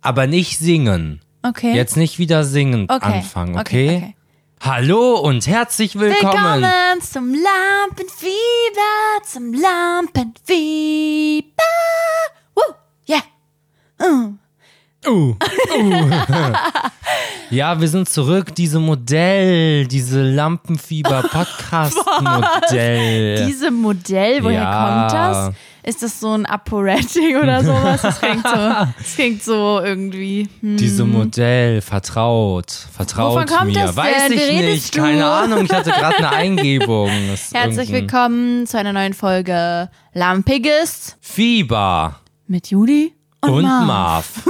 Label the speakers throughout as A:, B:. A: aber nicht singen.
B: Okay.
A: Jetzt nicht wieder singen
B: Okay.
A: anfangen, okay?
B: Okay, okay.
A: Hallo und herzlich willkommen.
B: Willkommen zum Lampenfieber, zum Lampenfieber. Woo, yeah.
A: Uh, uh. ja, wir sind zurück. Diese Modell, diese Lampenfieber-Podcast-Modell.
B: Diese Modell, woher
A: Ja.
B: kommt das? Ist das so ein Aporetic oder sowas? Das klingt so, das klingt so irgendwie. Hm.
A: Diese Modell, vertraut, vertraut
B: Wovon kommt
A: mir.
B: das
A: Weiß
B: denn?
A: ich
B: Wie redest
A: nicht,
B: du?
A: keine Ahnung. Ich hatte gerade eine Eingebung. Das ist
B: Herzlich
A: irgendein
B: willkommen zu einer neuen Folge Lampiges
A: Fieber
B: mit Juli und,
A: und
B: Marv.
A: Marv.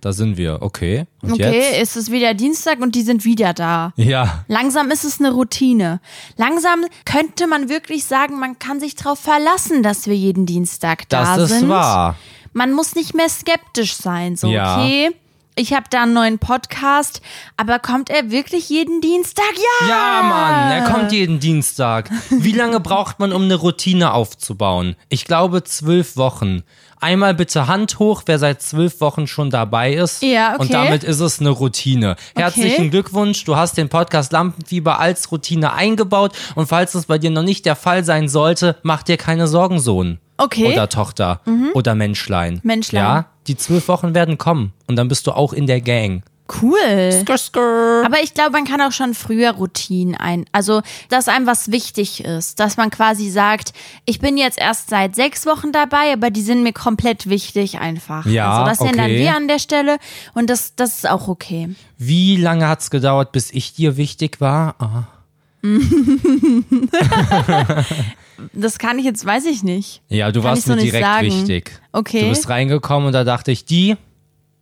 A: Da sind wir. Okay. Und
B: Okay, ist es wieder Dienstag und die sind wieder da.
A: jetzt? Ja.
B: Langsam ist es eine Routine. Langsam könnte man wirklich sagen, man kann sich darauf verlassen, dass wir jeden Dienstag da
A: Das ist
B: sind.
A: wahr.
B: Man muss nicht mehr skeptisch sein, so
A: Ja.
B: okay. Ich habe da einen neuen Podcast, aber kommt er wirklich jeden Dienstag? Ja!
A: Ja, Mann, er kommt jeden Dienstag. Wie lange braucht man, um eine Routine aufzubauen? Ich glaube zwölf Wochen. Einmal bitte Hand hoch, wer seit zwölf Wochen schon dabei ist.
B: Ja, okay.
A: Und damit ist es eine Routine. Herzlichen Glückwunsch, du hast den Podcast Lampenfieber als Routine eingebaut. Und falls es bei dir noch nicht der Fall sein sollte, mach dir keine Sorgen, Sohn.
B: Okay. Mhm.
A: Oder Tochter. Oder Menschlein.
B: Menschlein.
A: Ja, die zwölf Wochen werden kommen. Und dann bist du auch in der Gang.
B: Cool.
A: Skrr, skrr.
B: Aber ich glaube, man kann auch schon früher Routinen ein. Also, dass einem was wichtig ist. Dass man quasi sagt, ich bin jetzt erst seit sechs Wochen dabei, aber die sind mir komplett wichtig einfach.
A: Ja,
B: Also, das ändern
A: okay.
B: wir an der Stelle und das, das ist auch okay.
A: Wie lange hat's gedauert, bis ich dir wichtig war? Ah.
B: Das kann ich jetzt, weiß ich nicht.
A: Ja, du warst
B: ich so
A: mir
B: nicht
A: direkt
B: sagen.
A: wichtig.
B: Okay.
A: Du bist reingekommen und da dachte ich, die,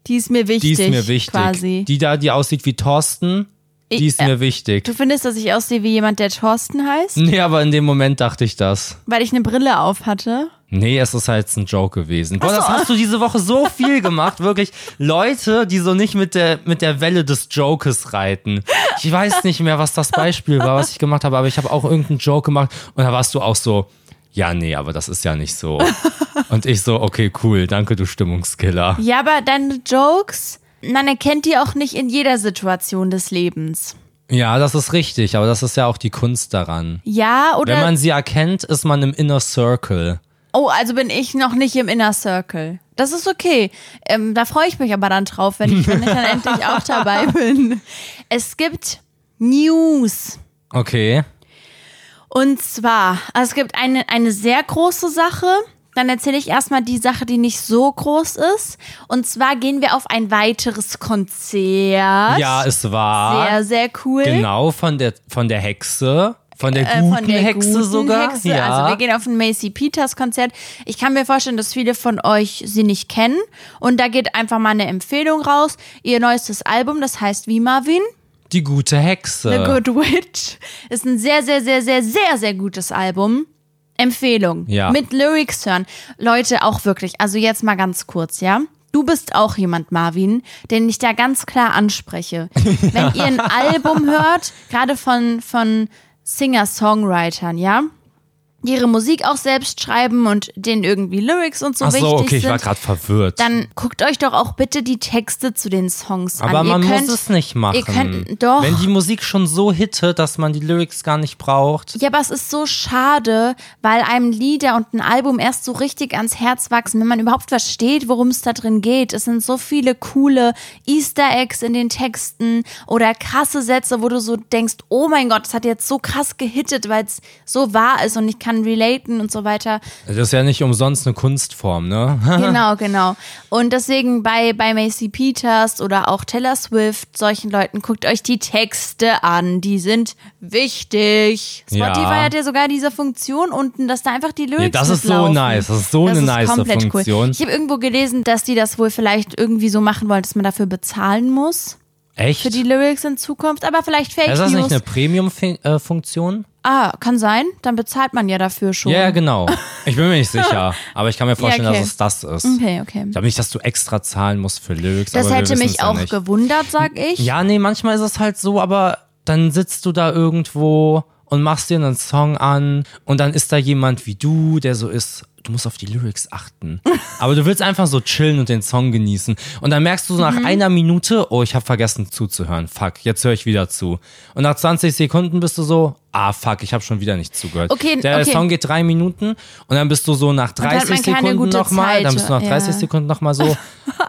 B: Die ist mir
A: die
B: wichtig.
A: ist mir wichtig.
B: Quasi.
A: Die da, die aussieht wie Thorsten, die
B: Ich- äh,
A: ist mir wichtig.
B: du findest, dass ich aussehe wie jemand, der Thorsten heißt?
A: Nee, aber in dem Moment dachte ich das.
B: Weil ich eine Brille auf hatte.
A: Nee, es ist halt ein Joke gewesen. Boah,
B: Ach so.
A: das hast du diese Woche so viel gemacht, wirklich. Leute, die so nicht mit der, mit der Welle des Jokes reiten. Ich weiß nicht mehr, was das Beispiel war, was ich gemacht habe, aber ich habe auch irgendeinen Joke gemacht und da warst du auch so, ja, nee, aber das ist ja nicht so. Und ich so, okay, cool, danke, du Stimmungskiller.
B: Ja, aber deine Jokes, man erkennt die auch nicht in jeder Situation des Lebens.
A: Ja, das ist richtig, aber das ist ja auch die Kunst daran.
B: Ja, oder
A: Wenn man sie erkennt, ist man im Inner Circle.
B: Oh, also bin ich noch nicht im Inner Circle. Das ist okay. Ähm, da freue ich mich aber dann drauf, wenn ich, wenn ich dann endlich auch dabei bin. Es gibt News.
A: Okay.
B: Und zwar, also es gibt eine, eine sehr große Sache. Dann erzähle ich erstmal die Sache, die nicht so groß ist. Und zwar gehen wir auf ein weiteres Konzert.
A: Ja, es war.
B: Sehr, sehr cool.
A: Genau, von der, von der Hexe. Von der guten
B: Äh, von der
A: Hexe
B: guten
A: sogar.
B: Hexe.
A: Ja.
B: Also wir gehen auf ein Macy Peters Konzert. Ich kann mir vorstellen, dass viele von euch sie nicht kennen. Und da geht einfach mal eine Empfehlung raus. Ihr neuestes Album, das heißt Wie Marvin,
A: die gute Hexe.
B: The Good Witch, ist ein sehr, sehr, sehr, sehr, sehr, sehr gutes Album. Empfehlung.
A: Ja.
B: Mit Lyrics hören. Leute, auch wirklich. Also jetzt mal ganz kurz, ja? Du bist auch jemand, Marvin, den ich da ganz klar anspreche. Wenn ihr ein Album hört, gerade von, von Singer-Songwritern, ja? Die ihre Musik auch selbst schreiben und denen irgendwie Lyrics und so
A: Ach
B: wichtig
A: so, okay, ich
B: sind.
A: war gerade verwirrt.
B: dann guckt euch doch auch bitte die Texte zu den Songs an.
A: aber
B: ihr
A: man
B: könnt,
A: muss es nicht machen.
B: könnt- doch.
A: Wenn die Musik schon so hitte, dass man die Lyrics gar nicht braucht.
B: Ja, aber es ist so schade, weil einem Lieder und ein Album erst so richtig ans Herz wachsen, wenn man überhaupt versteht, worum es da drin geht. Es sind so viele coole Easter Eggs in den Texten oder krasse Sätze, wo du so denkst, oh mein Gott, das hat jetzt so krass gehittet, weil es so wahr ist und ich kann relaten und so weiter.
A: Das ist ja nicht umsonst eine Kunstform, ne?
B: Genau, genau. Und deswegen bei, bei Macy Peters oder auch Taylor Swift, solchen Leuten, guckt euch die Texte an. Die sind wichtig. Spotify
A: Ja.
B: hat ja sogar diese Funktion unten, dass da einfach die Lyrics
A: Ja, das ist so
B: mitlaufen.
A: nice. Das ist so
B: Das
A: eine
B: ist
A: nice
B: komplett
A: Funktion.
B: Cool. Ich habe irgendwo gelesen, dass die das wohl vielleicht irgendwie so machen wollen, dass man dafür bezahlen muss
A: Echt?
B: für die Lyrics in Zukunft. Aber vielleicht Fake
A: ist das
B: News.
A: nicht eine äh, Premium-Funktion?
B: ah, kann sein. Dann bezahlt man ja dafür schon.
A: Ja, ja, genau. Ich bin mir nicht sicher. Aber ich kann mir vorstellen,
B: okay.
A: dass es das ist.
B: Okay, okay.
A: Ich glaube nicht, dass du extra zahlen musst für Lyrics.
B: Das
A: aber wir
B: hätte
A: wissen's
B: mich
A: ja
B: auch
A: nicht.
B: gewundert, sag ich.
A: Ja, nee, manchmal ist es halt so, aber dann sitzt du da irgendwo und machst dir einen Song an und dann ist da jemand wie du, der so ist, du musst auf die Lyrics achten. Aber du willst einfach so chillen und den Song genießen. Und dann merkst du so
B: Mhm.
A: nach einer Minute, oh, ich habe vergessen zuzuhören. Fuck, jetzt höre ich wieder zu. Und nach 20 Sekunden bist du so, ah, fuck, ich habe schon wieder nicht zugehört.
B: Okay,
A: Der
B: okay.
A: Song geht drei Minuten und dann bist du so nach
B: hat
A: 30
B: man keine
A: Sekunden
B: gute
A: nochmal,
B: Zeit,
A: dann bist du nach 30
B: ja.
A: Sekunden nochmal so,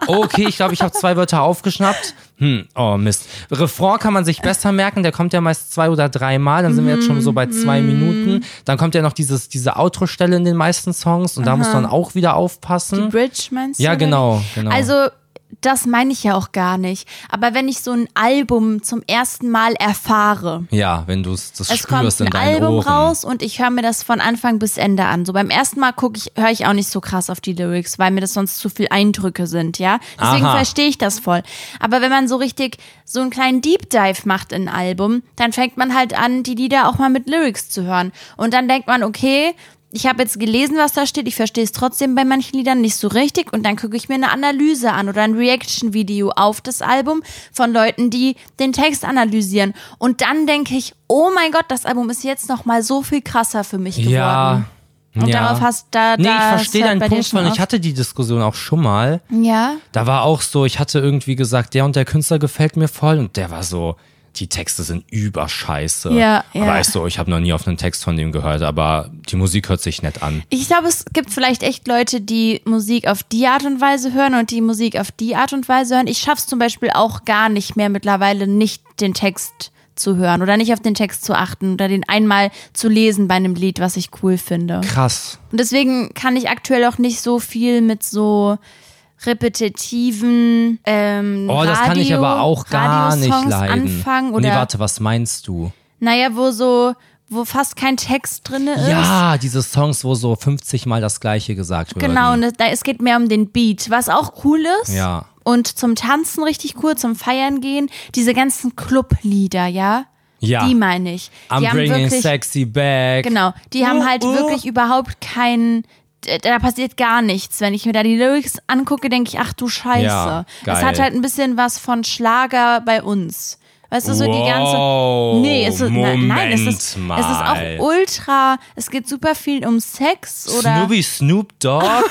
A: okay, ich glaube, ich habe zwei Wörter aufgeschnappt. Hm, oh Mist. Refrain kann man sich besser merken, der kommt ja meist zwei oder dreimal, dann sind wir jetzt schon so bei zwei
B: Mhm,
A: Minuten. Dann kommt ja noch dieses, diese Outro-Stelle in den meisten Songs und da muss man auch wieder aufpassen.
B: Bridge meinst
A: Ja,
B: du? oder?
A: genau, genau.
B: Also, das meine ich ja auch gar nicht. Aber wenn ich so ein Album zum ersten Mal erfahre,
A: ja, wenn du es das
B: es
A: spürst
B: kommt
A: in
B: ein
A: deinen
B: Album
A: Ohren.
B: raus und ich höre mir das von Anfang bis Ende an. So beim ersten Mal gucke ich, höre ich auch nicht so krass auf die Lyrics, weil mir das sonst zu viel Eindrücke sind, ja. Deswegen
A: Aha.
B: verstehe ich das voll. Aber wenn man so richtig so einen kleinen Deep Dive macht in ein Album, dann fängt man halt an, die Lieder auch mal mit Lyrics zu hören. Und dann denkt man, okay, ich habe jetzt gelesen, was da steht, ich verstehe es trotzdem bei manchen Liedern nicht so richtig und dann gucke ich mir eine Analyse an oder ein Reaction-Video auf das Album von Leuten, die den Text analysieren. Und dann denke ich, oh mein Gott, das Album ist jetzt nochmal so viel krasser für mich geworden.
A: Ja.
B: Und
A: ja.
B: darauf hast da, da
A: Nee, ich verstehe
B: hört
A: deinen
B: bei dir
A: Punkt
B: schon
A: von, ich
B: auf.
A: hatte die Diskussion auch schon mal.
B: Ja.
A: Da war auch so, ich hatte irgendwie gesagt, der und der Künstler gefällt mir voll und der war so, die Texte sind überscheiße.
B: Ja, ja.
A: Aber ich so, ich habe noch nie auf einen Text von dem gehört, aber die Musik hört sich nett an.
B: Ich glaube, es gibt vielleicht echt Leute, die Musik auf die Art und Weise hören und die Musik auf die Art und Weise hören. Ich schaff's zum Beispiel auch gar nicht mehr mittlerweile, nicht den Text zu hören oder nicht auf den Text zu achten oder den einmal zu lesen bei einem Lied, was ich cool finde.
A: Krass.
B: Und deswegen kann ich aktuell auch nicht so viel mit so repetitiven ähm,
A: Oh, das kann ich
B: Radio-
A: aber auch gar nicht
B: Radiosongs
A: leiden.
B: anfangen
A: nee,
B: oder
A: warte, was meinst du?
B: naja, wo so wo fast kein Text drin ist.
A: Ja, diese Songs, wo so 50 Mal das Gleiche gesagt wird.
B: Genau, und es- da- es geht mehr um den Beat, was auch cool ist.
A: Ja.
B: Und zum Tanzen richtig cool, zum Feiern gehen. Diese ganzen Clublieder, ja?
A: Ja.
B: Die meine ich.
A: I'm
B: die haben
A: bringing
B: wirklich,
A: sexy back.
B: Genau, die haben halt
A: Uh, uh.
B: wirklich überhaupt keinen. d- Da passiert gar nichts. Wenn ich mir da die Lyrics angucke, denke ich, ach du Scheiße.
A: Ja,
B: Es
A: geil.
B: hat halt ein bisschen was von Schlager bei uns. Weißt du, so die
A: Wow,
B: ganze. Nee, es ist, na- nein, es ist, es ist
A: Moment
B: auch
A: mal.
B: ultra. Es geht super viel um Sex oder.
A: Snoopy Snoop Dogg.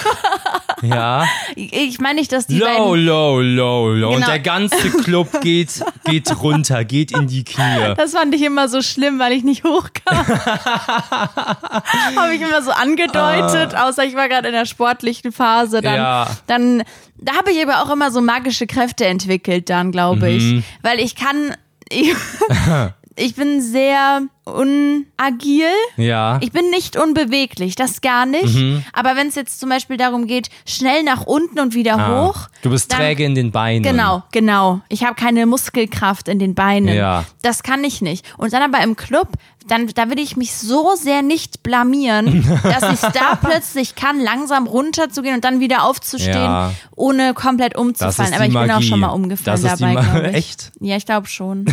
A: ja.
B: Ich meine nicht, dass die beiden
A: Low, low, low, low. Und
B: Genau.
A: der ganze Club geht, geht runter, geht in die Knie.
B: Das fand ich immer so schlimm, weil ich nicht hochkam. Habe ich immer so angedeutet, außer ich war gerade in der sportlichen Phase. Dann,
A: Ah. Ja.
B: dann da habe ich aber auch immer so magische Kräfte entwickelt, dann glaube
A: Mhm.
B: ich. Weil ich kann, ich, ich bin sehr unagil.
A: Ja.
B: Ich bin nicht unbeweglich, das gar nicht.
A: Mhm.
B: Aber wenn es jetzt zum Beispiel darum geht, schnell nach unten und wieder
A: Ah,
B: hoch.
A: Du bist
B: dann-
A: träge in den Beinen.
B: Genau, genau. Ich habe keine Muskelkraft in den Beinen.
A: Ja.
B: Das kann ich nicht. Und dann aber im Club, dann, da will ich mich so sehr nicht blamieren, dass ich da plötzlich kann, langsam runterzugehen und dann wieder aufzustehen,
A: Ja.
B: ohne komplett
A: Das
B: umzufallen.
A: ist
B: Aber
A: die
B: ich bin auch
A: Magie.
B: schon mal umgefallen
A: Das ist die
B: dabei.
A: Ma-
B: glaub ich.
A: Echt?
B: Ja, ich glaube schon.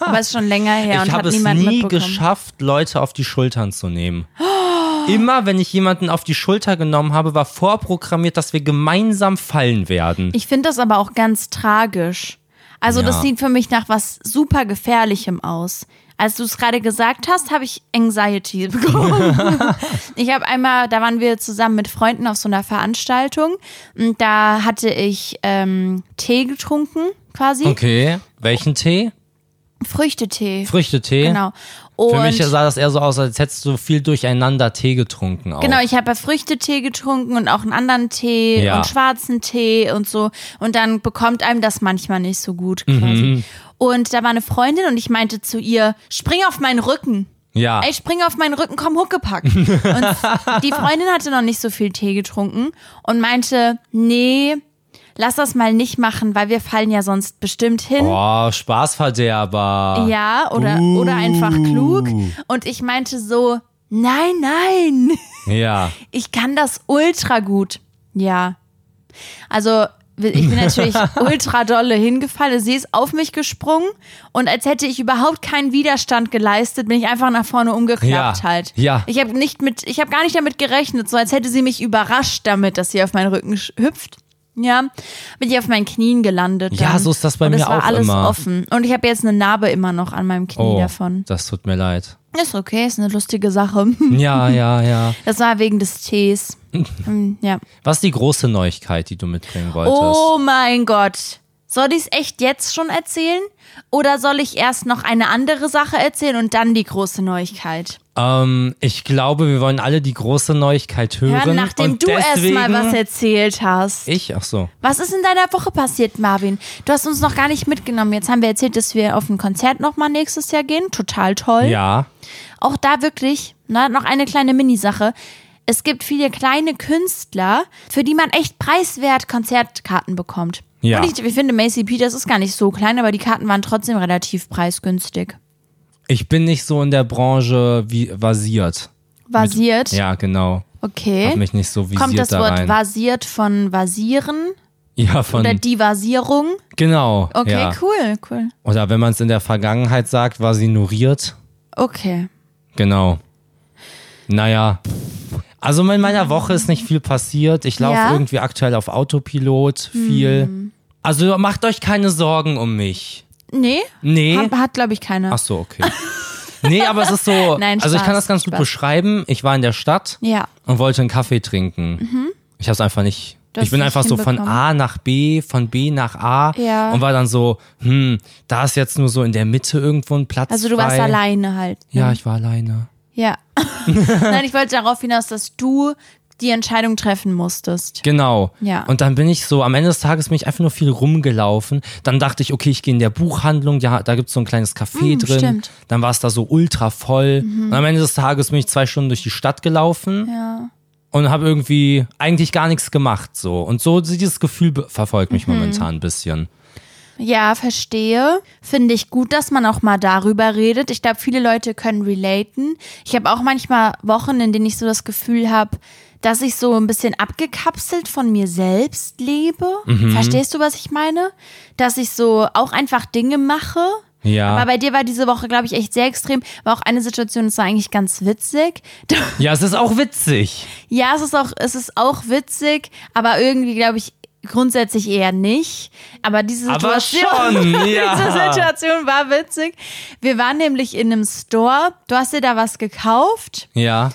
B: aber es ist schon länger her
A: Ich
B: und hat
A: habe es
B: niemand
A: nie
B: mitbekommen.
A: geschafft, Leute auf die Schultern zu nehmen.
B: Oh.
A: Immer wenn ich jemanden auf die Schulter genommen habe, war vorprogrammiert, dass wir gemeinsam fallen werden.
B: Ich finde das aber auch ganz tragisch. Also
A: Ja.
B: das sieht für mich nach was super gefährlichem aus. Als du es gerade gesagt hast, habe ich Anxiety bekommen. ich habe einmal, da waren wir zusammen mit Freunden auf so einer Veranstaltung und da hatte ich ähm, Tee getrunken, quasi
A: Okay. Welchen Tee?
B: Früchtetee.
A: Früchtetee?
B: genau. Und
A: Für mich sah das eher so aus, als hättest du viel durcheinander Tee getrunken. Auch.
B: Genau, ich habe ja Früchtetee getrunken und auch einen anderen Tee
A: Ja.
B: und schwarzen Tee und so. Und dann bekommt einem das manchmal nicht so gut
A: Mhm.
B: quasi. Und da war eine Freundin und ich meinte zu ihr, spring auf meinen Rücken.
A: Ja.
B: Ey, spring auf meinen Rücken, komm, Huckepack. Und die Freundin hatte noch nicht so viel Tee getrunken und meinte, nee, lass das mal nicht machen, weil wir fallen ja sonst bestimmt hin.
A: Oh, Spaßverderber.
B: Ja, oder,
A: Uh.
B: oder einfach klug. Und ich meinte so, nein, nein.
A: Ja.
B: Ich kann das ultra gut. Ja. Also, ich bin natürlich ultra dolle hingefallen. Sie ist auf mich gesprungen und als hätte ich überhaupt keinen Widerstand geleistet, bin ich einfach nach vorne umgeklappt
A: Ja.
B: halt.
A: Ja.
B: Ich habe nicht mit, ich habe gar nicht damit gerechnet, so als hätte sie mich überrascht damit, dass sie auf meinen Rücken sch- hüpft. Ja, bin ich auf meinen Knien gelandet.
A: Ja,
B: dann.
A: so ist das bei
B: und
A: mir
B: es war
A: auch
B: alles
A: immer.
B: offen. Und ich habe jetzt eine Narbe immer noch an meinem Knie
A: Oh,
B: davon.
A: das tut mir leid.
B: Ist okay, ist eine lustige Sache.
A: Ja, ja, ja.
B: Das war wegen des Tees. Hm, ja.
A: Was ist die große Neuigkeit, die du mitbringen wolltest?
B: Oh mein Gott. Soll ich es echt jetzt schon erzählen? Oder soll ich erst noch eine andere Sache erzählen und dann die große Neuigkeit?
A: Ähm, ich glaube, wir wollen alle die große Neuigkeit hören.
B: Hören, nachdem
A: und
B: du
A: deswegen
B: erstmal was erzählt hast.
A: Ich? Ach so.
B: Was ist in deiner Woche passiert, Marvin? Du hast uns noch gar nicht mitgenommen. Jetzt haben wir erzählt, dass wir auf ein Konzert nochmal nächstes Jahr gehen. Total toll.
A: Ja.
B: Auch da wirklich, na, noch eine kleine Minisache. Es gibt viele kleine Künstler, für die man echt preiswert Konzertkarten bekommt.
A: Ja.
B: Und ich, ich finde, Macy Peters ist gar nicht so klein, aber die Karten waren trotzdem relativ preisgünstig.
A: Ich bin nicht so in der Branche wie vasiert.
B: Vasiert.
A: Ja, genau. Hab
B: Okay.
A: mich nicht so visiert
B: Kommt das
A: da
B: Wort
A: rein.
B: vasiert von vasieren
A: ja, von
B: oder die Vasierung?
A: genau.
B: Okay,
A: ja.
B: cool, cool.
A: Oder wenn man es in der Vergangenheit sagt, war sie ignoriert.
B: Okay.
A: Genau. Naja. Also in meiner Woche ist nicht viel passiert. Ich laufe
B: Ja? Hm.
A: irgendwie aktuell auf Autopilot viel. Also macht euch keine Sorgen um mich.
B: Nee?
A: Nee.
B: Hat, hat glaube ich, keine.
A: Ach so, okay. Nee, aber es ist so,
B: Nein,
A: also ich kann
B: Spaß,
A: das ganz gut
B: Spaß.
A: beschreiben. Ich war in der Stadt
B: Ja.
A: und wollte einen Kaffee trinken. Ich habe es einfach nicht.
B: Mhm. Du hast
A: ich bin
B: es
A: einfach
B: nicht
A: so von
B: hinbekommen.
A: A nach B, von B nach A
B: Ja.
A: und war dann so, hm, da ist jetzt nur so in der Mitte irgendwo ein Platz.
B: Also du warst
A: frei.
B: alleine halt.
A: Ja, ich war alleine.
B: Ja. Nein, ich wollte darauf hinaus, dass du die Entscheidung treffen musstest.
A: Genau.
B: Ja.
A: Und dann bin ich so, am Ende des Tages bin ich einfach nur viel rumgelaufen. Dann dachte ich, okay, ich gehe in der Buchhandlung, ja, da gibt's so ein kleines Café
B: Mm,
A: drin.
B: stimmt. Mhm.
A: Dann war es da so ultra voll. Und am Ende des Tages bin ich zwei Stunden durch die Stadt gelaufen
B: Ja.
A: und habe irgendwie eigentlich gar nichts gemacht. so. Und so dieses Gefühl be- verfolgt
B: Mhm.
A: mich momentan ein bisschen.
B: Ja, verstehe. Finde ich gut, dass man auch mal darüber redet. Ich glaube, viele Leute können relaten. Ich habe auch manchmal Wochen, in denen ich so das Gefühl habe, dass ich so ein bisschen abgekapselt von mir selbst lebe. Verstehst du, was ich meine? Dass ich so auch einfach Dinge mache.
A: Ja.
B: Aber bei dir war diese Woche, glaube ich, echt sehr extrem. War auch eine Situation, das war eigentlich ganz witzig.
A: Ja, es ist auch witzig.
B: Ja, es ist auch, es ist auch witzig, aber irgendwie glaube ich grundsätzlich eher nicht. Aber diese
A: Aber
B: Situation,
A: schon, ja.
B: diese Situation war witzig. Wir waren nämlich in einem Store. Du hast dir da was gekauft
A: Ja.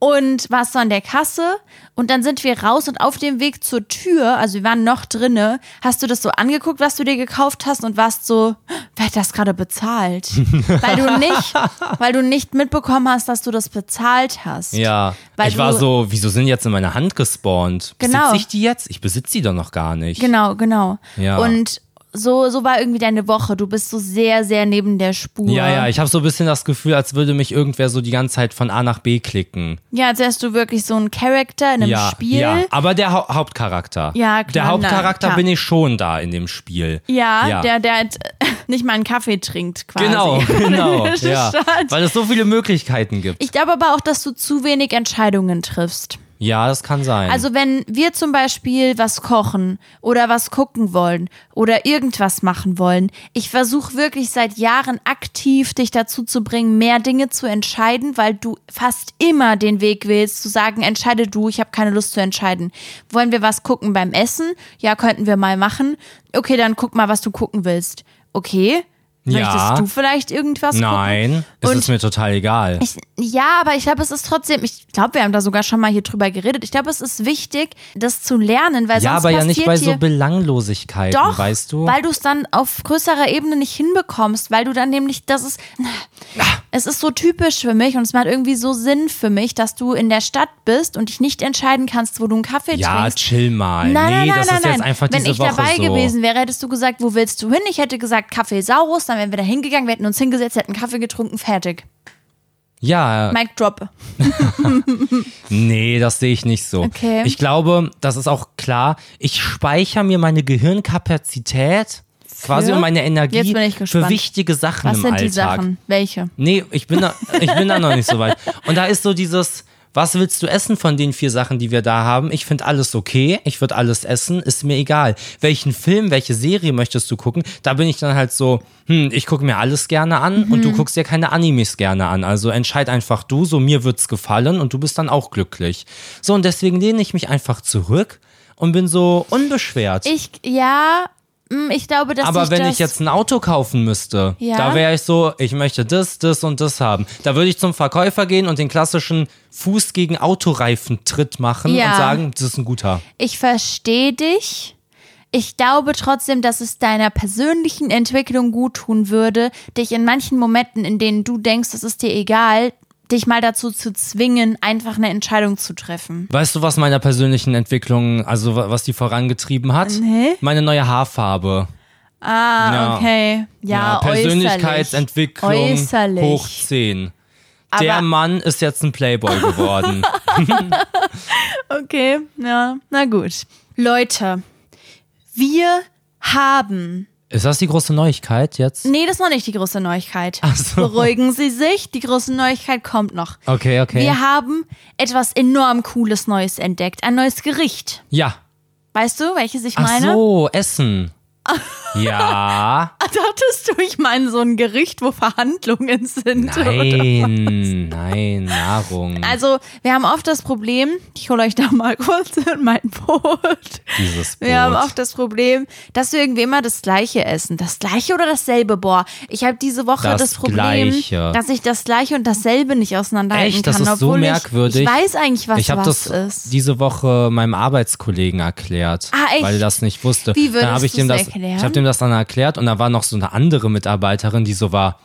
B: und warst so an der Kasse und dann sind wir raus und auf dem Weg zur Tür, also wir waren noch drinne, hast du das so angeguckt, was du dir gekauft hast und warst so, wer hat das gerade bezahlt? weil du nicht, weil du nicht mitbekommen hast, dass du das bezahlt hast.
A: Ja.
B: Weil
A: ich war
B: du-
A: so, wieso sind die jetzt in meiner Hand gespawnt?
B: Genau.
A: Besitze ich die jetzt? Ich besitze die doch noch gar nicht.
B: Genau, genau.
A: Ja.
B: Und so, so war irgendwie deine Woche. Du bist so sehr, sehr neben der Spur.
A: Ja, ja, ich habe so ein bisschen das Gefühl, als würde mich irgendwer so die ganze Zeit von A nach B klicken.
B: Ja, als wärst du wirklich so ein Charakter in einem
A: ja,
B: Spiel.
A: ja, aber der Hau Hauptcharakter.
B: Ja, klar,
A: Der Hauptcharakter
B: na, klar.
A: bin ich schon da in dem Spiel.
B: Ja, der, der halt nicht mal einen Kaffee trinkt quasi.
A: Genau, genau.
B: Das ist
A: ja.
B: schade.
A: Weil es so viele Möglichkeiten gibt.
B: Ich glaube aber auch, dass du zu wenig Entscheidungen triffst.
A: ja, das kann sein.
B: Also wenn wir zum Beispiel was kochen oder was gucken wollen oder irgendwas machen wollen, ich versuche wirklich seit Jahren aktiv dich dazu zu bringen, mehr Dinge zu entscheiden, weil du fast immer den Weg wählst, zu sagen, entscheide du, ich habe keine Lust zu entscheiden. Wollen wir was gucken beim Essen? Ja, könnten wir mal machen. Okay, dann guck mal, was du gucken willst. Okay.
A: Ja.
B: Möchtest du vielleicht irgendwas gucken?
A: Nein, es
B: Und-
A: ist mir total egal.
B: Ich, ja, aber ich glaube, es ist trotzdem, ich glaube, wir haben da sogar schon mal hier drüber geredet. Ich glaube, es ist wichtig, das zu lernen, weil
A: ja,
B: sonst
A: aber ja
B: passiert
A: nicht bei so
B: dir
A: Belanglosigkeiten,
B: doch,
A: weißt du?
B: weil du es dann auf größerer Ebene nicht hinbekommst, weil du dann nämlich, das ist, es ist so typisch für mich und es macht irgendwie so Sinn für mich, dass du in der Stadt bist und dich nicht entscheiden kannst, wo du einen Kaffee
A: ja,
B: trinkst.
A: chill mal.
B: Nein,
A: nee,
B: nein, nein,
A: das
B: nein,
A: ist
B: nein.
A: jetzt einfach
B: Wenn
A: diese
B: ich
A: Woche
B: dabei
A: so.
B: gewesen wäre, hättest du gesagt, wo willst du hin? Ich hätte gesagt, Kaffee Saurus, dann wären wir da hingegangen, wir hätten uns hingesetzt, hätten Kaffee getrunken, fertig.
A: ja,
B: Mic drop.
A: Nee, das sehe ich nicht so.
B: Okay.
A: Ich glaube, das ist auch klar. Ich speichere mir meine Gehirnkapazität, quasi und meine Energie
B: Jetzt bin ich gespannt.
A: für wichtige Sachen
B: Was
A: im
B: sind
A: Alltag.
B: die Sachen? Welche?
A: Nee, ich bin da, ich bin da noch nicht so weit. Und da ist so dieses, was willst du essen von den vier Sachen, die wir da haben? Ich finde alles okay, ich würde alles essen, ist mir egal. Welchen Film, welche Serie möchtest du gucken? Da bin ich dann halt so, hm, ich gucke mir alles gerne an und du guckst dir keine Animes gerne an. Also entscheid einfach du, so mir wird's gefallen und du bist dann auch glücklich. So, und deswegen lehne ich mich einfach zurück und bin so unbeschwert.
B: Ich, ja, hm, ich glaube, dass
A: Aber
B: ich
A: wenn
B: das
A: ich jetzt ein Auto kaufen müsste,
B: Ja.
A: da wäre ich so, ich möchte das, das und das haben. Da würde ich zum Verkäufer gehen und den klassischen Fuß gegen Autoreifentritt machen
B: Ja.
A: und sagen, das ist ein guter.
B: ich verstehe dich. Ich glaube trotzdem, dass es deiner persönlichen Entwicklung gut tun würde, dich in manchen Momenten, in denen du denkst, es ist dir egal, dich mal dazu zu zwingen, einfach eine Entscheidung zu treffen.
A: Weißt du, was meiner persönlichen Entwicklung, also wa- was die vorangetrieben hat?
B: Nee.
A: Meine neue Haarfarbe.
B: Ah,
A: Ja.
B: okay. Ja,
A: Persönlichkeitsentwicklung
B: Äußerlich.
A: hoch 10. Der
B: Aber-
A: Mann ist jetzt ein Playboy geworden.
B: Okay, ja, na gut. Leute, wir haben.
A: ist das die große Neuigkeit jetzt?
B: Nee, das ist noch nicht die große Neuigkeit.
A: Ach so.
B: Beruhigen Sie sich, die große Neuigkeit kommt noch.
A: Okay, okay.
B: Wir haben etwas enorm Cooles Neues entdeckt. Ein neues Gericht.
A: ja.
B: Weißt du, welches ich
A: Ach
B: meine?
A: so, Essen. ja.
B: Dachtest du, ich meine so ein Gericht, wo Verhandlungen sind?
A: Nein, nein, Nahrung.
B: Also, wir haben oft das Problem, ich hole euch da mal kurz in mein Boot.
A: dieses Brot.
B: Wir haben oft das Problem, dass wir irgendwie immer das Gleiche essen. Das Gleiche oder dasselbe? Boah, ich habe diese Woche
A: Das
B: das, Problem,
A: Gleiche.
B: dass ich das Gleiche und dasselbe nicht auseinanderhalten
A: Echt?
B: kann.
A: Das ist so
B: obwohl
A: merkwürdig.
B: Ich, ich weiß eigentlich, was
A: ich habe
B: was
A: das
B: ist.
A: diese Woche meinem Arbeitskollegen erklärt,
B: Ah, echt?
A: weil er das nicht wusste.
B: Wie würdest
A: dann hab ich dem
B: du's
A: das,
B: erklären?
A: ich habe dem das dann erklärt und da war noch so eine andere Mitarbeiterin, die so war,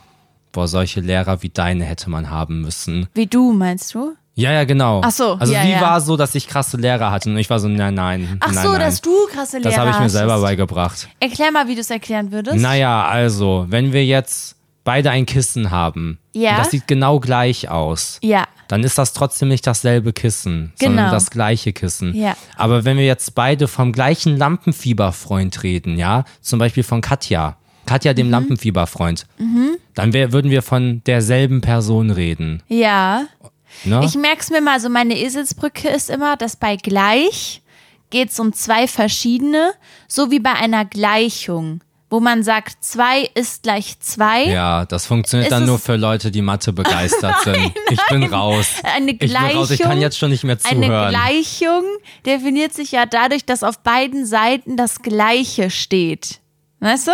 A: boah, solche Lehrer wie deine hätte man haben müssen.
B: Wie du, meinst du?
A: Ja, ja, genau.
B: Ach so,
A: Also
B: ja,
A: die
B: ja.
A: war so, dass ich krasse Lehrer hatte und ich war so, nein, nein,
B: Ach
A: nein,
B: so,
A: nein.
B: dass du krasse Lehrer
A: das habe ich mir
B: hast.
A: selber beigebracht.
B: Erklär mal, wie du es erklären würdest.
A: Naja, also, wenn wir jetzt beide ein Kissen haben,
B: Ja.
A: und das sieht genau gleich aus,
B: Ja.
A: dann ist das trotzdem nicht dasselbe Kissen,
B: Genau.
A: sondern das gleiche Kissen.
B: Ja.
A: Aber wenn wir jetzt beide vom gleichen Lampenfieberfreund reden, ja, zum Beispiel von Katja, Katja
B: Mhm.
A: dem Lampenfieberfreund, dann wär, würden wir von derselben Person reden.
B: Ja.
A: Ne?
B: Ich merke es mir mal, so meine Eselsbrücke ist immer, dass bei gleich geht es um zwei verschiedene, so wie bei einer Gleichung, wo man sagt, zwei ist gleich zwei.
A: ja, das funktioniert
B: Ist
A: dann
B: es-
A: nur für Leute, die Mathe begeistert sind. ich bin raus.
B: Eine
A: Ich bin raus, ich kann
B: Gleichung-
A: jetzt schon nicht mehr
B: Eine
A: zuhören.
B: Gleichung definiert sich ja dadurch, dass auf beiden Seiten das Gleiche steht. Weißt du?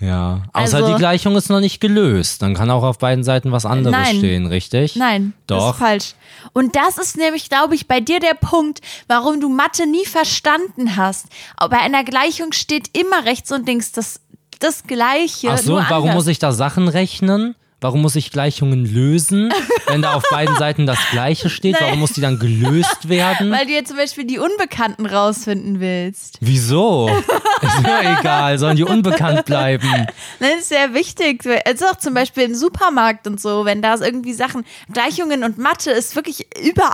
A: Ja. Außer
B: Also-
A: die Gleichung ist noch nicht gelöst. Dann kann auch auf beiden Seiten was anderes
B: Nein.
A: stehen, richtig?
B: Nein, das
A: Doch.
B: ist falsch. Und das ist nämlich, glaube ich, bei dir der Punkt, warum du Mathe nie verstanden hast. Bei einer Gleichung steht immer rechts und links das, das Gleiche.
A: Ach so,
B: nur
A: und warum
B: anders.
A: muss ich da Sachen rechnen? Warum muss ich Gleichungen lösen, wenn da auf beiden Seiten das Gleiche steht? Warum muss die dann gelöst werden?
B: Weil du jetzt zum Beispiel die Unbekannten rausfinden willst.
A: Wieso? Ist mir egal, sollen die unbekannt bleiben.
B: Ne, Das ist sehr wichtig. Es ist auch zum Beispiel im Supermarkt und so, wenn da irgendwie Sachen, Gleichungen und Mathe ist wirklich überall.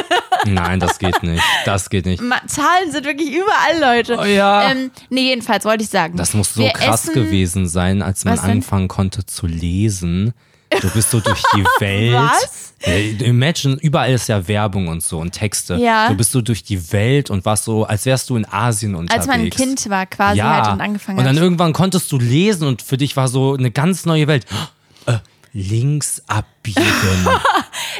A: Nein, das geht nicht. Das geht nicht.
B: Ma Zahlen sind wirklich überall, Leute.
A: Oh ja.
B: Ähm, nee, jedenfalls wollte ich sagen.
A: Das muss so
B: wir
A: krass
B: essen,
A: gewesen sein, als man
B: Was denn?
A: anfangen konnte zu lesen. Du bist so durch die Welt.
B: Was?
A: Äh, Imagine, überall ist ja Werbung und so und Texte.
B: Ja.
A: Du bist so durch die Welt und warst so, als wärst du in Asien unterwegs.
B: Als man ein Kind war quasi
A: ja.
B: halt und angefangen
A: Und dann
B: hat.
A: irgendwann konntest du lesen und für dich war so eine ganz neue Welt. Äh, links abbiegen.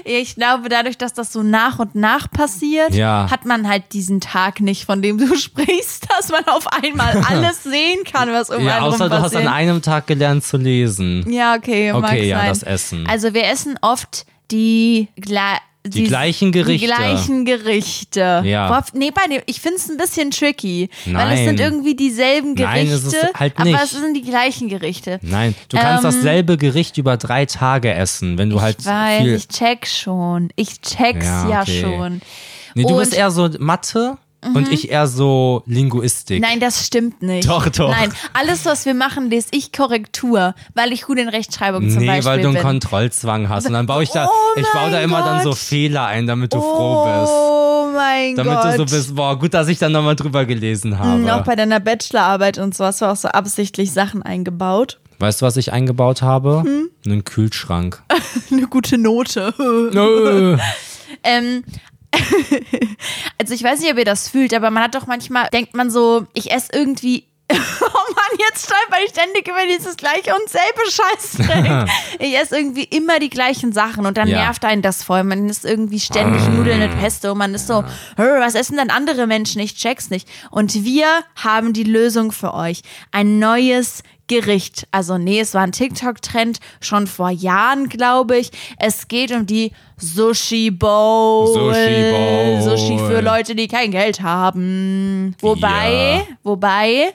B: Ich glaube, dadurch, dass das so nach und nach passiert,
A: Ja.
B: hat man halt diesen Tag nicht, von dem du sprichst, dass man auf einmal alles sehen kann, was um
A: ja,
B: einen rum
A: außer du hast an
B: passiert.
A: einem Tag gelernt zu lesen.
B: ja, okay, mag
A: Okay, ja,
B: sein.
A: das Essen.
B: Also wir essen oft die, Gle die,
A: gleichen Gerichte.
B: Die gleichen Gerichte.
A: Ja.
B: Boah, nee, bei dem, ich finde es ein bisschen tricky, weil es
A: Nein.
B: sind irgendwie dieselben Gerichte,
A: Nein, es ist halt nicht.
B: aber es sind die gleichen Gerichte.
A: Nein, du kannst dasselbe Gericht über drei Tage essen, wenn du halt
B: Ähm. Ich weiß,
A: viel
B: ich check schon. Ich check's ja,
A: Ja, okay.
B: schon.
A: Nee, du
B: Und- Mhm.
A: bist eher so Mathe und ich eher so Linguistik.
B: Nein, das stimmt nicht.
A: Doch, doch.
B: Nein, alles, was wir machen, lese ich Korrektur, weil ich gut in Rechtschreibung zum
A: nee,
B: Beispiel
A: weil du einen
B: bin.
A: Kontrollzwang hast. Und dann baue ich da,
B: Oh
A: ich baue da
B: mein
A: immer dann so
B: Gott.
A: Fehler ein, damit du froh bist.
B: Oh mein
A: Damit
B: Gott.
A: du so bist, boah, gut, dass ich dann nochmal drüber gelesen
B: Und auch
A: habe.
B: bei deiner Bachelorarbeit und so hast du auch so absichtlich Sachen eingebaut.
A: Weißt du, was ich eingebaut habe?
B: Hm?
A: Einen Kühlschrank.
B: Eine gute Note.
A: Nö.
B: ähm, also ich weiß nicht, ob ihr das fühlt, aber man hat doch manchmal, denkt man so, ich esse irgendwie. Oh Mann, jetzt stolper ich ständig über dieses gleiche und selbe Scheißdreck. ich esse irgendwie immer die gleichen Sachen und dann
A: Ja.
B: nervt einen das voll. Man ist irgendwie ständig Nudeln mit Pesto. Man ist so, "Hö, was essen denn andere Menschen? Ich check's nicht. Und wir haben die Lösung für euch. Ein neues Gericht. Also nee, es war ein TikTok-Trend schon vor Jahren, glaube ich. Es geht um die Sushi Bowl.
A: Sushi Bowl.
B: Sushi für Leute, die kein Geld haben. Wobei,
A: Ja.
B: wobei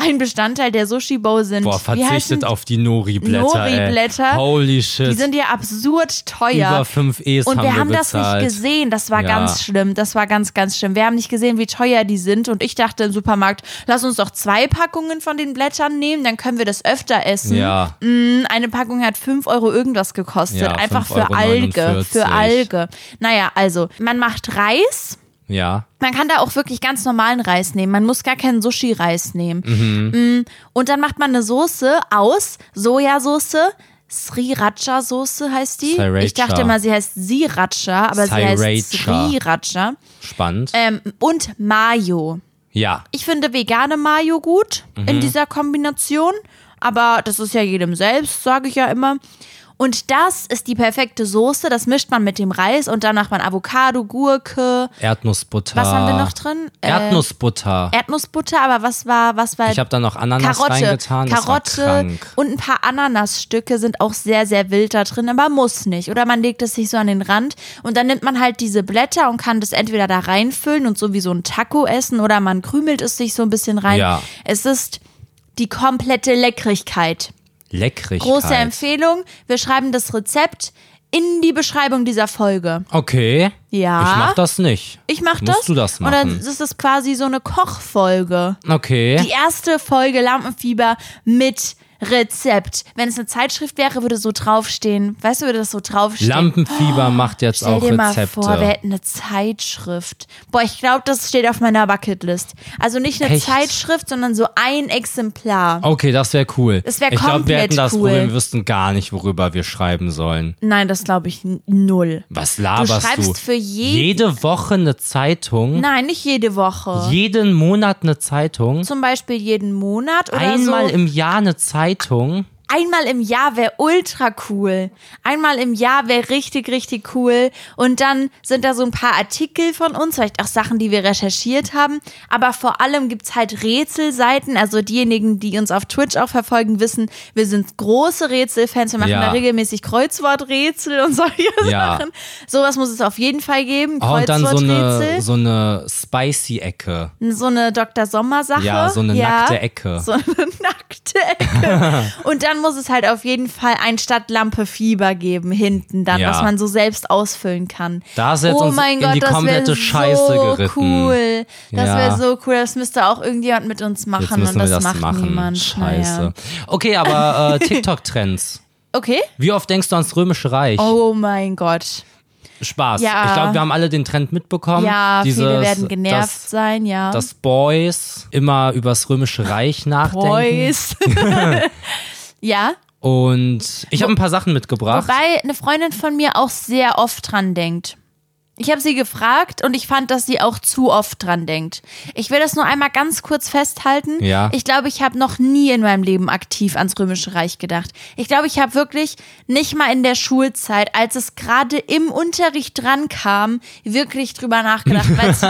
B: ein Bestandteil der Sushi Bowl sind
A: Boah,
B: wie heißen
A: verzichtet auf die Nori-Blätter.
B: Nori-Blätter.
A: ey. Holy
B: die
A: shit.
B: sind ja absurd teuer.
A: Über fünf E's
B: Und wir
A: haben wir
B: haben das nicht
A: bezahlt.
B: gesehen. Das war
A: Ja.
B: ganz schlimm. Das war ganz, ganz schlimm. Wir haben nicht gesehen, wie teuer die sind. Und ich dachte im Supermarkt, lass uns doch zwei Packungen von den Blättern nehmen, dann können wir das öfter essen.
A: Ja.
B: Mm, Eine Packung hat 5 Euro irgendwas gekostet.
A: Ja,
B: Einfach für
A: 5,49
B: Alge. Für Alge. Naja, also, man macht Reis.
A: Ja.
B: Man kann da auch wirklich ganz normalen Reis nehmen. Man muss gar keinen Sushi-Reis nehmen.
A: Mhm.
B: Mm, Und dann macht man eine Soße aus Sojasauce. Sriracha-Soße heißt die.
A: Sriracha.
B: Ich dachte immer, sie heißt Sriracha, aber sie heißt
A: Sriracha.
B: Sriracha.
A: Spannend.
B: Ähm, und Mayo.
A: ja.
B: Ich finde vegane Mayo gut
A: Mhm.
B: in dieser Kombination, aber das ist ja jedem selbst, sage ich ja immer. Und das ist die perfekte Soße. Das mischt man mit dem Reis und dann macht man Avocado, Gurke,
A: Erdnussbutter.
B: was haben wir noch drin? Äh,
A: Erdnussbutter.
B: Erdnussbutter, aber was war, was war
A: ich habe da noch Ananas
B: Karotte?
A: reingetan. das war
B: Karotte
A: krank.
B: und ein paar Ananasstücke sind auch sehr, sehr wild da drin, aber muss nicht. Oder man legt es sich so an den Rand und dann nimmt man halt diese Blätter und kann das entweder da reinfüllen und so wie so ein Taco essen oder man krümelt es sich so ein bisschen rein.
A: Ja.
B: Es ist die komplette Leckrigkeit.
A: Leckrig.
B: Große Empfehlung. Wir schreiben das Rezept in die Beschreibung dieser Folge.
A: Okay.
B: Ja.
A: Ich mach das nicht.
B: Ich mach das.
A: Musst du das
B: Und dann
A: machen.
B: ist es quasi so eine Kochfolge.
A: Okay.
B: Die erste Folge Lampenfieber mit Rezept. Wenn es eine Zeitschrift wäre, würde so draufstehen. Weißt du, würde das so draufstehen?
A: Lampenfieber macht jetzt
B: Stell
A: auch
B: dir mal
A: Rezepte.
B: vor, wir hätten eine Zeitschrift. Boah, ich glaube, das steht auf meiner Bucketlist. Also nicht eine
A: Echt?
B: Zeitschrift, sondern so ein Exemplar.
A: okay, das wäre cool.
B: Das wär
A: ich glaube, wir
B: komplett
A: hätten das
B: cool.
A: Problem, wir wüssten gar nicht, worüber wir schreiben sollen.
B: Nein, das glaube ich n- null.
A: Was laberst du?
B: schreibst für jeden-
A: jede Woche eine Zeitung,
B: Nein, nicht jede Woche.
A: jeden Monat eine Zeitung,
B: Zum Beispiel jeden Monat oder
A: einmal
B: so.
A: im Jahr eine Zeitung.
B: einmal im Jahr wäre ultra cool. Einmal im Jahr wäre richtig, richtig cool. Und dann sind da so ein paar Artikel von uns, vielleicht auch Sachen, die wir recherchiert haben. Aber vor allem gibt's halt Rätselseiten. Also diejenigen, die uns auf Twitch auch verfolgen, wissen, wir sind große Rätselfans. Wir machen
A: Ja.
B: da regelmäßig Kreuzworträtsel und solche
A: Ja.
B: Sachen. Sowas muss es auf jeden Fall geben.
A: Oh, und dann so eine,
B: Kreuzworträtsel. So
A: so eine Spicy-Ecke.
B: eine, Dr. Sommer-Sache.
A: Ja, so eine nackte Ecke.
B: So eine nackte Ecke. Und dann muss es halt auf jeden Fall ein Stadtlampe Fieber geben hinten dann,
A: Ja.
B: was man so selbst ausfüllen kann.
A: Da ist jetzt
B: oh
A: uns
B: mein
A: in
B: Gott,
A: die
B: das wäre
A: komplette Scheiße
B: so
A: geritten.
B: cool. Das
A: Ja.
B: wäre so cool. Das müsste auch irgendjemand mit uns
A: Jetzt
B: machen
A: müssen
B: und
A: wir
B: das,
A: das
B: macht
A: machen.
B: niemand.
A: Scheiße.
B: Naja.
A: Okay, aber äh, TikTok-Trends.
B: Okay?
A: Wie oft denkst du ans Römische Reich?
B: Oh mein Gott.
A: Spaß.
B: Ja.
A: Ich glaube, wir haben alle den Trend mitbekommen.
B: Ja,
A: Dieses,
B: viele werden genervt ne?
A: Dass,
B: sein, ja.
A: dass Boys immer übers Römische Reich nachdenken.
B: Boys. ja.
A: Und ich habe ein paar Sachen mitgebracht.
B: Wobei eine Freundin von mir auch sehr oft dran denkt. Ich habe sie gefragt und ich fand, dass sie auch zu oft dran denkt. Ich will das nur einmal ganz kurz festhalten.
A: Ja.
B: Ich glaube, ich habe noch nie in meinem Leben aktiv ans Römische Reich gedacht. Ich glaube, ich habe wirklich nicht mal in der Schulzeit, als es gerade im Unterricht dran kam, wirklich drüber nachgedacht, weil es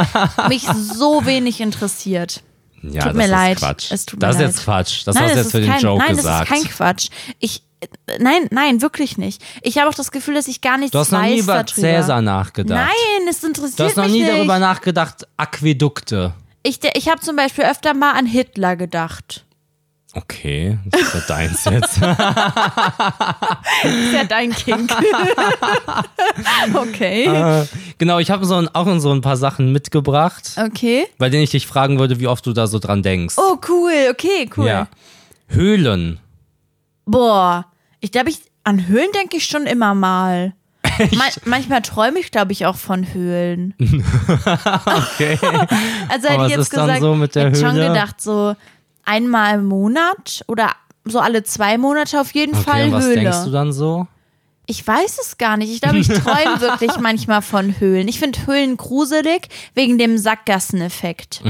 B: mich so wenig interessiert.
A: ja,
B: tut
A: das
B: mir
A: ist
B: leid.
A: Quatsch.
B: Es tut mir
A: das ist
B: leid.
A: jetzt Quatsch. Das
B: Nein,
A: hast du
B: das
A: jetzt
B: ist
A: für den
B: kein,
A: Joke
B: nein,
A: gesagt.
B: das ist kein Quatsch. Ich, äh, nein, nein, wirklich nicht. Ich habe auch das Gefühl, dass ich gar nichts
A: du hast noch
B: weiß
A: nie über
B: darüber.
A: Cäsar nachgedacht.
B: Nein, es interessiert
A: du hast noch
B: mich
A: nie
B: nicht.
A: darüber nachgedacht, Aquädukte.
B: ich de- ich habe zum Beispiel öfter mal an Hitler gedacht.
A: Okay, das ist ja deins jetzt.
B: Ist ja dein Kink. okay.
A: genau, ich habe so ein, auch so ein paar Sachen mitgebracht,
B: Okay.
A: bei denen ich dich fragen würde, wie oft du da so dran denkst.
B: Oh, cool. Okay, cool.
A: Ja. Höhlen.
B: Boah. Ich glaube, ich an Höhlen denke ich schon immer mal. Man manchmal träume ich, glaube ich, auch von Höhlen.
A: Okay.
B: Also hätte
A: Aber
B: ich
A: es
B: jetzt
A: ist dann
B: gesagt,
A: so mit der
B: hätte schon
A: Höhle.
B: gedacht, so einmal im Monat oder so alle zwei Monate auf jeden
A: Okay,
B: Fall
A: und was
B: Höhle.
A: denkst du dann so?
B: Ich weiß es gar nicht. Ich glaube, ich träume wirklich
A: Mhm.
B: manchmal von Höhlen. Ich finde Höhlen gruselig wegen dem Sackgasseneffekt.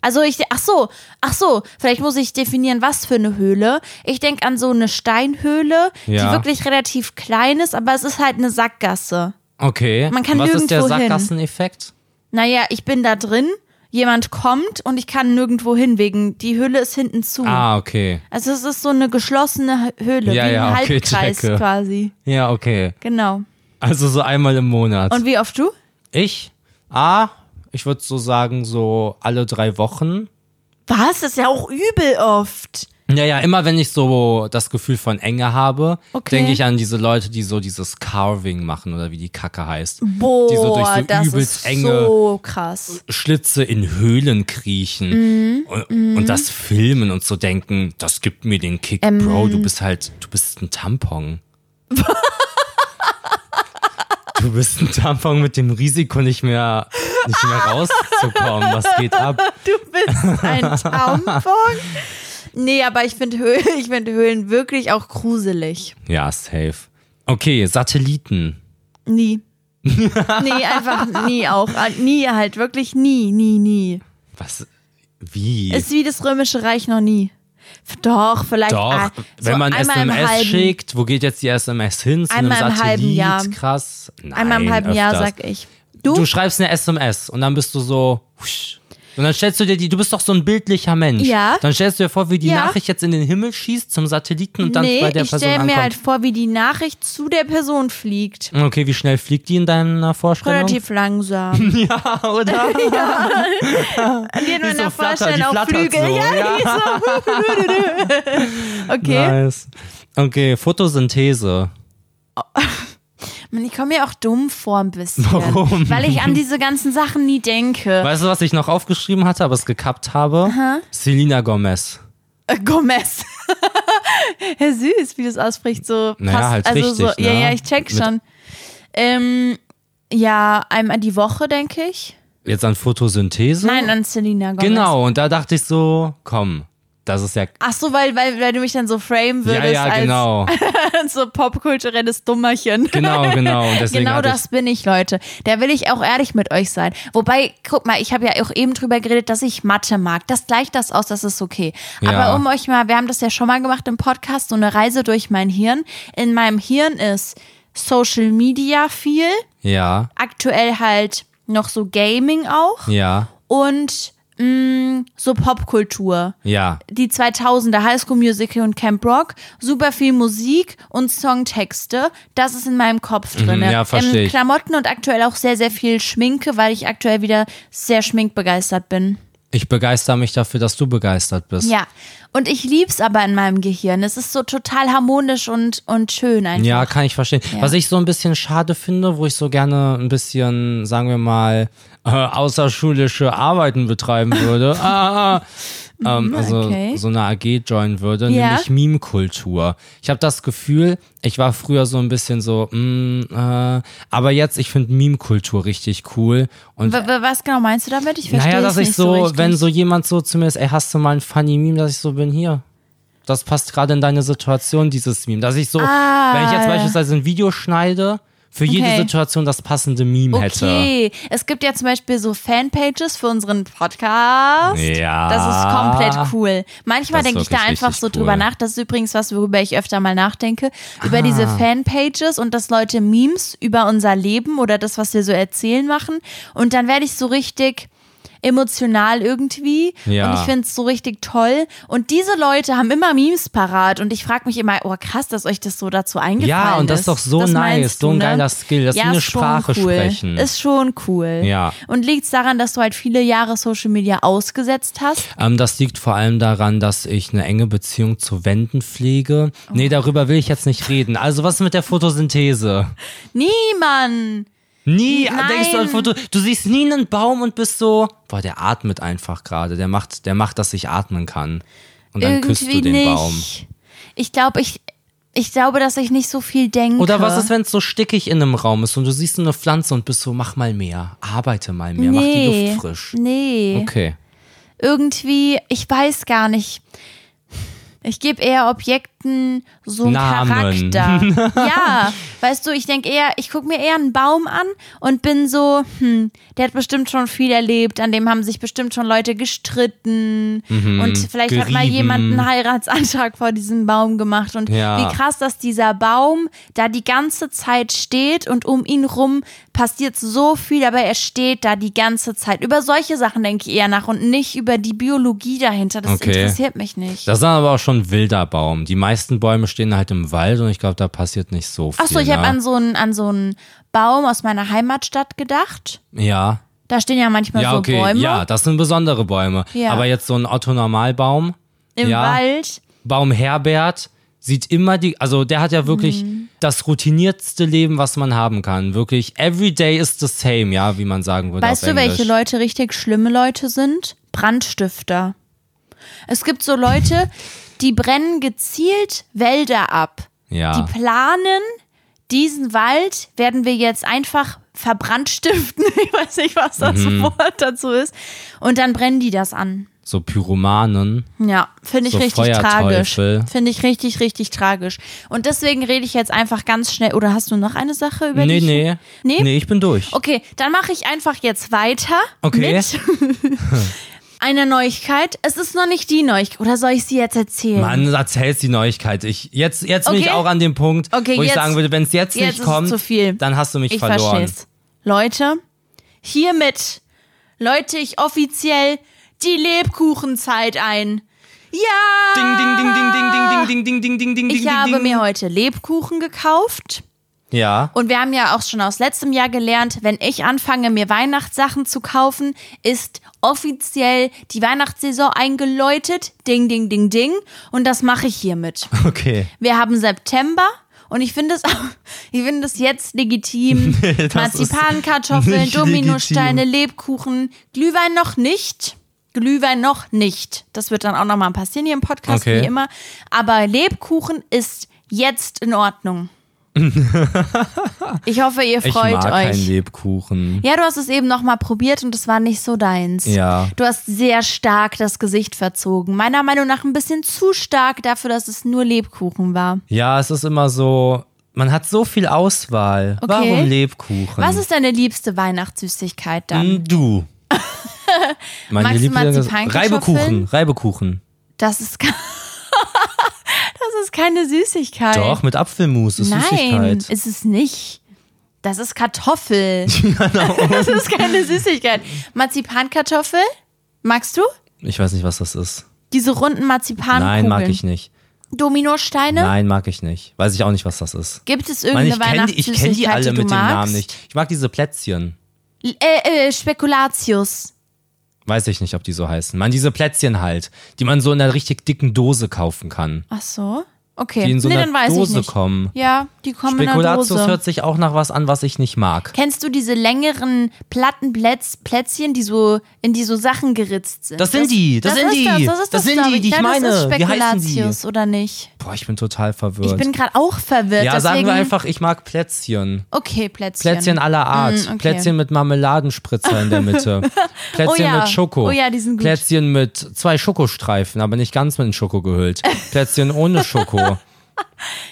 B: Also ich, ach so, ach so, vielleicht muss ich definieren, was für eine Höhle. Ich denke an so eine Steinhöhle,
A: Ja.
B: die wirklich relativ klein ist, aber es ist halt eine Sackgasse.
A: Okay.
B: Man kann
A: Was ist der
B: nirgendwo hin.
A: Sackgasseneffekt?
B: Naja, ich bin da drin, jemand kommt und ich kann nirgendwo hin, wegen die Höhle ist hinten zu.
A: Ah, okay.
B: Also es ist so eine geschlossene Höhle,
A: Ja,
B: wie ein
A: ja, okay,
B: Halbkreis
A: checke.
B: quasi.
A: Ja, okay.
B: Genau.
A: Also so einmal im Monat.
B: Und wie oft du?
A: ich? Ah, ich würde so sagen, so alle drei Wochen.
B: Was? Das ist ja auch übel oft.
A: Ja, ja, immer wenn ich so das Gefühl von Enge habe,
B: Okay.
A: denke ich an diese Leute, die so dieses Carving machen oder wie die Kacke heißt.
B: Boah,
A: Mhm. die so durch so
B: das
A: übelst
B: ist
A: enge
B: so krass.
A: Schlitze in Höhlen kriechen
B: Mhm.
A: und, und das filmen und so denken, das gibt mir den Kick,
B: Ähm.
A: Bro, du bist halt, du bist ein Tampon. du bist ein Tampon mit dem Risiko nicht mehr, nicht mehr rauszukommen. Was geht ab?
B: Du bist ein Tampon. Nee, aber ich finde Höhlen, ich find Höhlen wirklich auch gruselig.
A: Ja, safe. Okay, Satelliten.
B: Nie. nee, einfach nie auch. Nie halt, wirklich nie, nie, nie.
A: Was? Wie?
B: Ist wie das Römische Reich noch nie. Doch, vielleicht.
A: Doch,
B: ah, so
A: wenn man
B: einmal im
A: SMS
B: halben-
A: schickt, wo geht jetzt die SMS hin? Zu einem
B: Einmal im halben
A: Satellit?
B: Jahr.
A: Krass. Nein,
B: Einmal im halben
A: öfters.
B: Jahr, sag ich.
A: du?
B: Du?
A: schreibst eine SMS und dann bist du so. husch. Und dann stellst du dir die, du bist doch so ein bildlicher Mensch.
B: Ja.
A: Dann stellst du dir vor, wie die
B: Ja.
A: Nachricht jetzt in den Himmel schießt zum Satelliten und dann
B: nee,
A: bei der
B: ich
A: Person
B: stelle
A: ankommt.
B: mir halt vor, wie die Nachricht zu der Person fliegt.
A: okay, wie schnell fliegt die in deiner Vorstellung?
B: Relativ langsam.
A: ja, oder?
B: Dir nur
A: Die
B: in
A: so
B: der
A: flattert, die
B: Vorstellung auch
A: flattert
B: Flügel.
A: so.
B: Ja,
A: ja.
B: okay.
A: Nice. Okay, Photosynthese.
B: Mann, ich komme mir auch dumm vor ein bisschen.
A: Warum?
B: Weil ich an diese ganzen Sachen nie denke.
A: Weißt du, was ich noch aufgeschrieben hatte, aber es gekappt habe? Selena Gomez.
B: Äh, Gomez. Herr Süß, wie das ausspricht, so
A: Naja,
B: passt.
A: halt
B: also so,
A: richtig,
B: Ja,
A: ne?
B: ja, ich check
A: Mit-
B: schon. Ähm, ja, einmal die Woche, denke ich.
A: Jetzt an Photosynthese?
B: Nein, an Selena Gomez.
A: Genau, und da dachte ich so, komm, das ist ja.
B: Ach so, weil, weil, weil du mich dann so frame
A: Ja,
B: würdest
A: ja,
B: als,
A: genau.
B: als so popkulturelles Dummerchen.
A: Genau, genau. Und deswegen
B: Genau
A: hatte
B: das bin ich, Leute. Da will ich auch ehrlich mit euch sein. Wobei, guck mal, ich habe ja auch eben drüber geredet, dass ich Mathe mag. Das gleicht das aus, das ist okay.
A: Ja.
B: Aber um euch mal, wir haben das ja schon mal gemacht im Podcast, so eine Reise durch mein Hirn. In meinem Hirn ist Social Media viel,
A: ich. Ja,
B: aktuell halt noch so Gaming auch
A: ja,
B: und mh, so Popkultur
A: ja.
B: die 2000er High School Musical und Camp Rock, super viel Musik und Songtexte, das ist in meinem Kopf drin.
A: Mhm, ja, versteh ich.
B: Klamotten und aktuell auch sehr, sehr viel Schminke, weil ich aktuell wieder sehr schminkbegeistert bin.
A: Ich begeister mich dafür, dass du begeistert bist.
B: Ja, und ich lieb's aber in meinem Gehirn. Es ist so total harmonisch und, und schön einfach.
A: Ja, kann ich verstehen. Was ich so ein bisschen schade finde, wo ich so gerne ein bisschen, sagen wir mal, äh, außerschulische Arbeiten betreiben würde, ah, ah, ähm, also
B: Mhm, okay.
A: so eine AG joinen würde,
B: Ja.
A: nämlich Meme-Kultur. Ich habe das Gefühl, ich war früher so ein bisschen so, mh, äh, aber jetzt, ich finde Meme-Kultur richtig cool und
B: W- w- Was genau meinst du damit? Ich verstehe
A: Naja, dass ich
B: nicht so,
A: so,
B: richtig.
A: wenn so jemand so zu mir ist, ey, hast du mal ein funny Meme, dass ich so bin, hier. Das passt gerade in deine Situation, dieses Meme. Dass ich so, wenn ich jetzt beispielsweise ein Video schneide, für jede
B: Ah. Okay.
A: Situation das passende Meme hätte.
B: Okay, es gibt ja zum Beispiel so Fanpages für unseren Podcast.
A: Ja.
B: Das ist komplett cool. Manchmal
A: Das ist
B: denke ich da
A: wirklich
B: einfach
A: richtig
B: so
A: cool. Ah.
B: drüber nach. Das ist übrigens was, worüber ich öfter mal nachdenke. Über diese Fanpages und dass Leute Memes über unser Leben oder das, was wir so erzählen, machen. Und dann werde ich so richtig emotional irgendwie
A: Ja.
B: und ich finde es so richtig toll und diese Leute haben immer Memes parat und ich frage mich immer, oh krass, dass euch das so dazu eingefallen
A: Ja, und das ist doch so nice,
B: meinst
A: so ein
B: du, ne?
A: geiler Skill, das ist wie eine
B: ist schon
A: Sprache
B: cool.
A: sprechen.
B: Ist schon cool.
A: Ja.
B: Und liegt es daran, dass du halt viele Jahre Social Media ausgesetzt hast?
A: Ähm, das liegt vor allem daran, dass ich eine enge Beziehung zu Wänden pflege.
B: Oh.
A: Nee, darüber will ich jetzt nicht reden. Also, was ist mit der Photosynthese?
B: Niemand!
A: Nie
B: Nein.
A: denkst du an Foto. Du siehst nie einen Baum und bist so, boah, der atmet einfach gerade. Der macht, der macht, dass ich atmen kann. Und dann
B: Irgendwie
A: küsst du den
B: nicht.
A: Baum.
B: Ich glaube, ich, ich glaube, dass ich nicht so viel denke.
A: Oder was ist, wenn es so stickig in einem Raum ist und du siehst nur eine Pflanze und bist so, mach mal mehr, arbeite mal mehr,
B: nee.
A: mach die Luft frisch.
B: Nee.
A: Okay.
B: Irgendwie, ich weiß gar nicht. Ich gebe eher Objekten bestimmten so einen
A: Namen.
B: Charakter. ja, weißt du, ich denke eher, ich gucke mir eher einen Baum an und bin so, hm, der hat bestimmt schon viel erlebt, an dem haben sich bestimmt schon Leute gestritten und vielleicht hat mal
A: gerieben.
B: jemand einen Heiratsantrag vor diesem Baum gemacht und
A: Mhm. Ja.
B: wie krass, dass dieser Baum da die ganze Zeit steht und um ihn rum passiert so viel, aber er steht da die ganze Zeit. Über solche Sachen denke ich eher nach und nicht über die Biologie dahinter. Das
A: Okay.
B: interessiert mich nicht.
A: Das ist dann aber auch schon ein wilder Baum. Die meisten Bäume stehen halt im Wald und ich glaube, da passiert nicht so viel.
B: Achso, ich habe
A: ne?
B: an so einen an so einen Baum aus meiner Heimatstadt gedacht.
A: Ja.
B: Da stehen ja manchmal
A: Ja,
B: so
A: okay.
B: Also Bäume
A: Ja, das sind besondere Bäume.
B: Ja.
A: Aber jetzt so ein Otto-Normalbaum.
B: im
A: ja.
B: Wald.
A: Baum Herbert sieht immer die, also der hat ja wirklich
B: Mhm.
A: das routiniertste Leben, was man haben kann. Wirklich, every day is the same, ja, wie man sagen würde.
B: Weißt
A: auf
B: du, welche
A: Englisch.
B: Leute richtig schlimme Leute sind? Brandstifter. Es gibt so Leute, die brennen gezielt Wälder ab.
A: Ja.
B: Die planen, diesen Wald werden wir jetzt einfach verbrannt stiften. Ich weiß nicht, was das
A: Mhm.
B: Wort dazu ist. Und dann brennen die das an.
A: So Pyromanen.
B: Ja, finde ich
A: So
B: richtig tragisch.
A: Feuerteufel.
B: Finde ich richtig, richtig tragisch. Und deswegen rede ich jetzt einfach ganz schnell. Oder hast du noch eine Sache über
A: Nee,
B: die? ich-
A: nee.
B: Nee?
A: Nee, ich bin durch.
B: Okay, dann mache ich einfach jetzt weiter.
A: Okay.
B: Mit einer Neuigkeit. Es ist noch nicht die Neuigkeit. Oder soll ich sie jetzt erzählen?
A: Mann, erzählst die Neuigkeit. Ich, jetzt jetzt bin ich
B: Okay.
A: auch an dem Punkt,
B: Okay,
A: wo ich
B: jetzt-
A: sagen würde, wenn es jetzt,
B: jetzt ist
A: nicht
B: es
A: kommt,
B: zu viel.
A: dann hast du mich
B: ich
A: verloren.
B: versteh's. Leute, hiermit läute ich offiziell die Lebkuchenzeit ein. Ja!
A: Ding, ding, ding, ding, ding, ding, ding, ding, ding, ding, ding, ding,
B: Ich
A: ding,
B: habe
A: ding.
B: mir heute Lebkuchen gekauft.
A: Ja.
B: Und wir haben ja auch schon aus letztem Jahr gelernt, wenn ich anfange, mir Weihnachtssachen zu kaufen, ist offiziell die Weihnachtssaison eingeläutet. Ding, ding, ding, ding. Und das mache ich hiermit.
A: Okay.
B: Wir haben September. Und ich finde es, auch- ich finde es jetzt legitim.
A: das
B: Marzipankartoffeln,
A: nicht legitim.
B: Dominosteine, Lebkuchen, Glühwein noch nicht. Glühwein noch nicht. Das wird dann auch nochmal passieren hier im Podcast,
A: Okay.
B: wie immer. Aber Lebkuchen ist jetzt in Ordnung. ich hoffe, ihr
A: Ich
B: freut
A: mag keinen
B: euch.
A: Lebkuchen.
B: Ja, du hast es eben nochmal probiert und es war nicht so deins.
A: Ja.
B: Du hast sehr stark das Gesicht verzogen. Meiner Meinung nach ein bisschen zu stark dafür, dass es nur Lebkuchen war.
A: Ja, es ist immer so, man hat so viel Auswahl. Warum Lebkuchen?
B: Was ist deine liebste Weihnachtssüßigkeit dann?
A: Mm, Du. Meine
B: Magst du
A: Lieblings-
B: Marzipankartoffeln?
A: Reibekuchen, Reibekuchen.
B: Das ist, ke- das ist keine Süßigkeit.
A: Doch, mit Apfelmus ist
B: Nein,
A: Süßigkeit.
B: ist es nicht. Das ist Kartoffel. das ist keine Süßigkeit. Marzipankartoffel? Magst du?
A: Ich weiß nicht, was das ist.
B: Diese runden Marzipankugeln.
A: Nein, mag ich nicht.
B: Dominosteine?
A: Nein, mag ich nicht. Weiß ich auch nicht, was das ist.
B: Gibt es
A: Mann,
B: irgendeine
A: ich kenne die, ich
B: Weihnachtssüßigkeit,
A: kenn die alle
B: du
A: mit dem
B: magst?
A: Namen nicht. Ich mag diese Plätzchen.
B: Äh, äh, Spekulatius.
A: Weiß ich nicht, ob die so heißen. Man, diese Plätzchen halt, die man so in einer richtig dicken Dose kaufen kann.
B: Ach so. Okay.
A: Die in so
B: nee,
A: einer
B: dann weiß ich
A: Dose
B: nicht.
A: kommen.
B: Ja, die kommen in einer
A: Spekulatius
B: Dose.
A: hört sich auch nach was an, was ich nicht mag.
B: Kennst du diese längeren Plattenplätz, Plätzchen, die so in die so Sachen geritzt sind?
A: Das sind die, das sind
B: ist
A: die,
B: das, das, ist
A: das sind die,
B: glaub
A: die ich
B: ja, Das ist
A: meine. Wie heißen die?
B: Spekulatius oder nicht?
A: Boah, ich bin total verwirrt.
B: Ich bin gerade auch verwirrt.
A: ja,
B: deswegen,
A: sagen wir einfach, ich mag Plätzchen.
B: Okay, Plätzchen. Mm,
A: Plätzchen aller Art.
B: okay.
A: Plätzchen mit Marmeladenspritzer in der Mitte. Plätzchen
B: Oh ja.
A: mit Schoko.
B: Oh ja, die sind gut.
A: Plätzchen mit zwei Schokostreifen, aber nicht ganz mit Schoko gehüllt. Plätzchen ohne Schoko.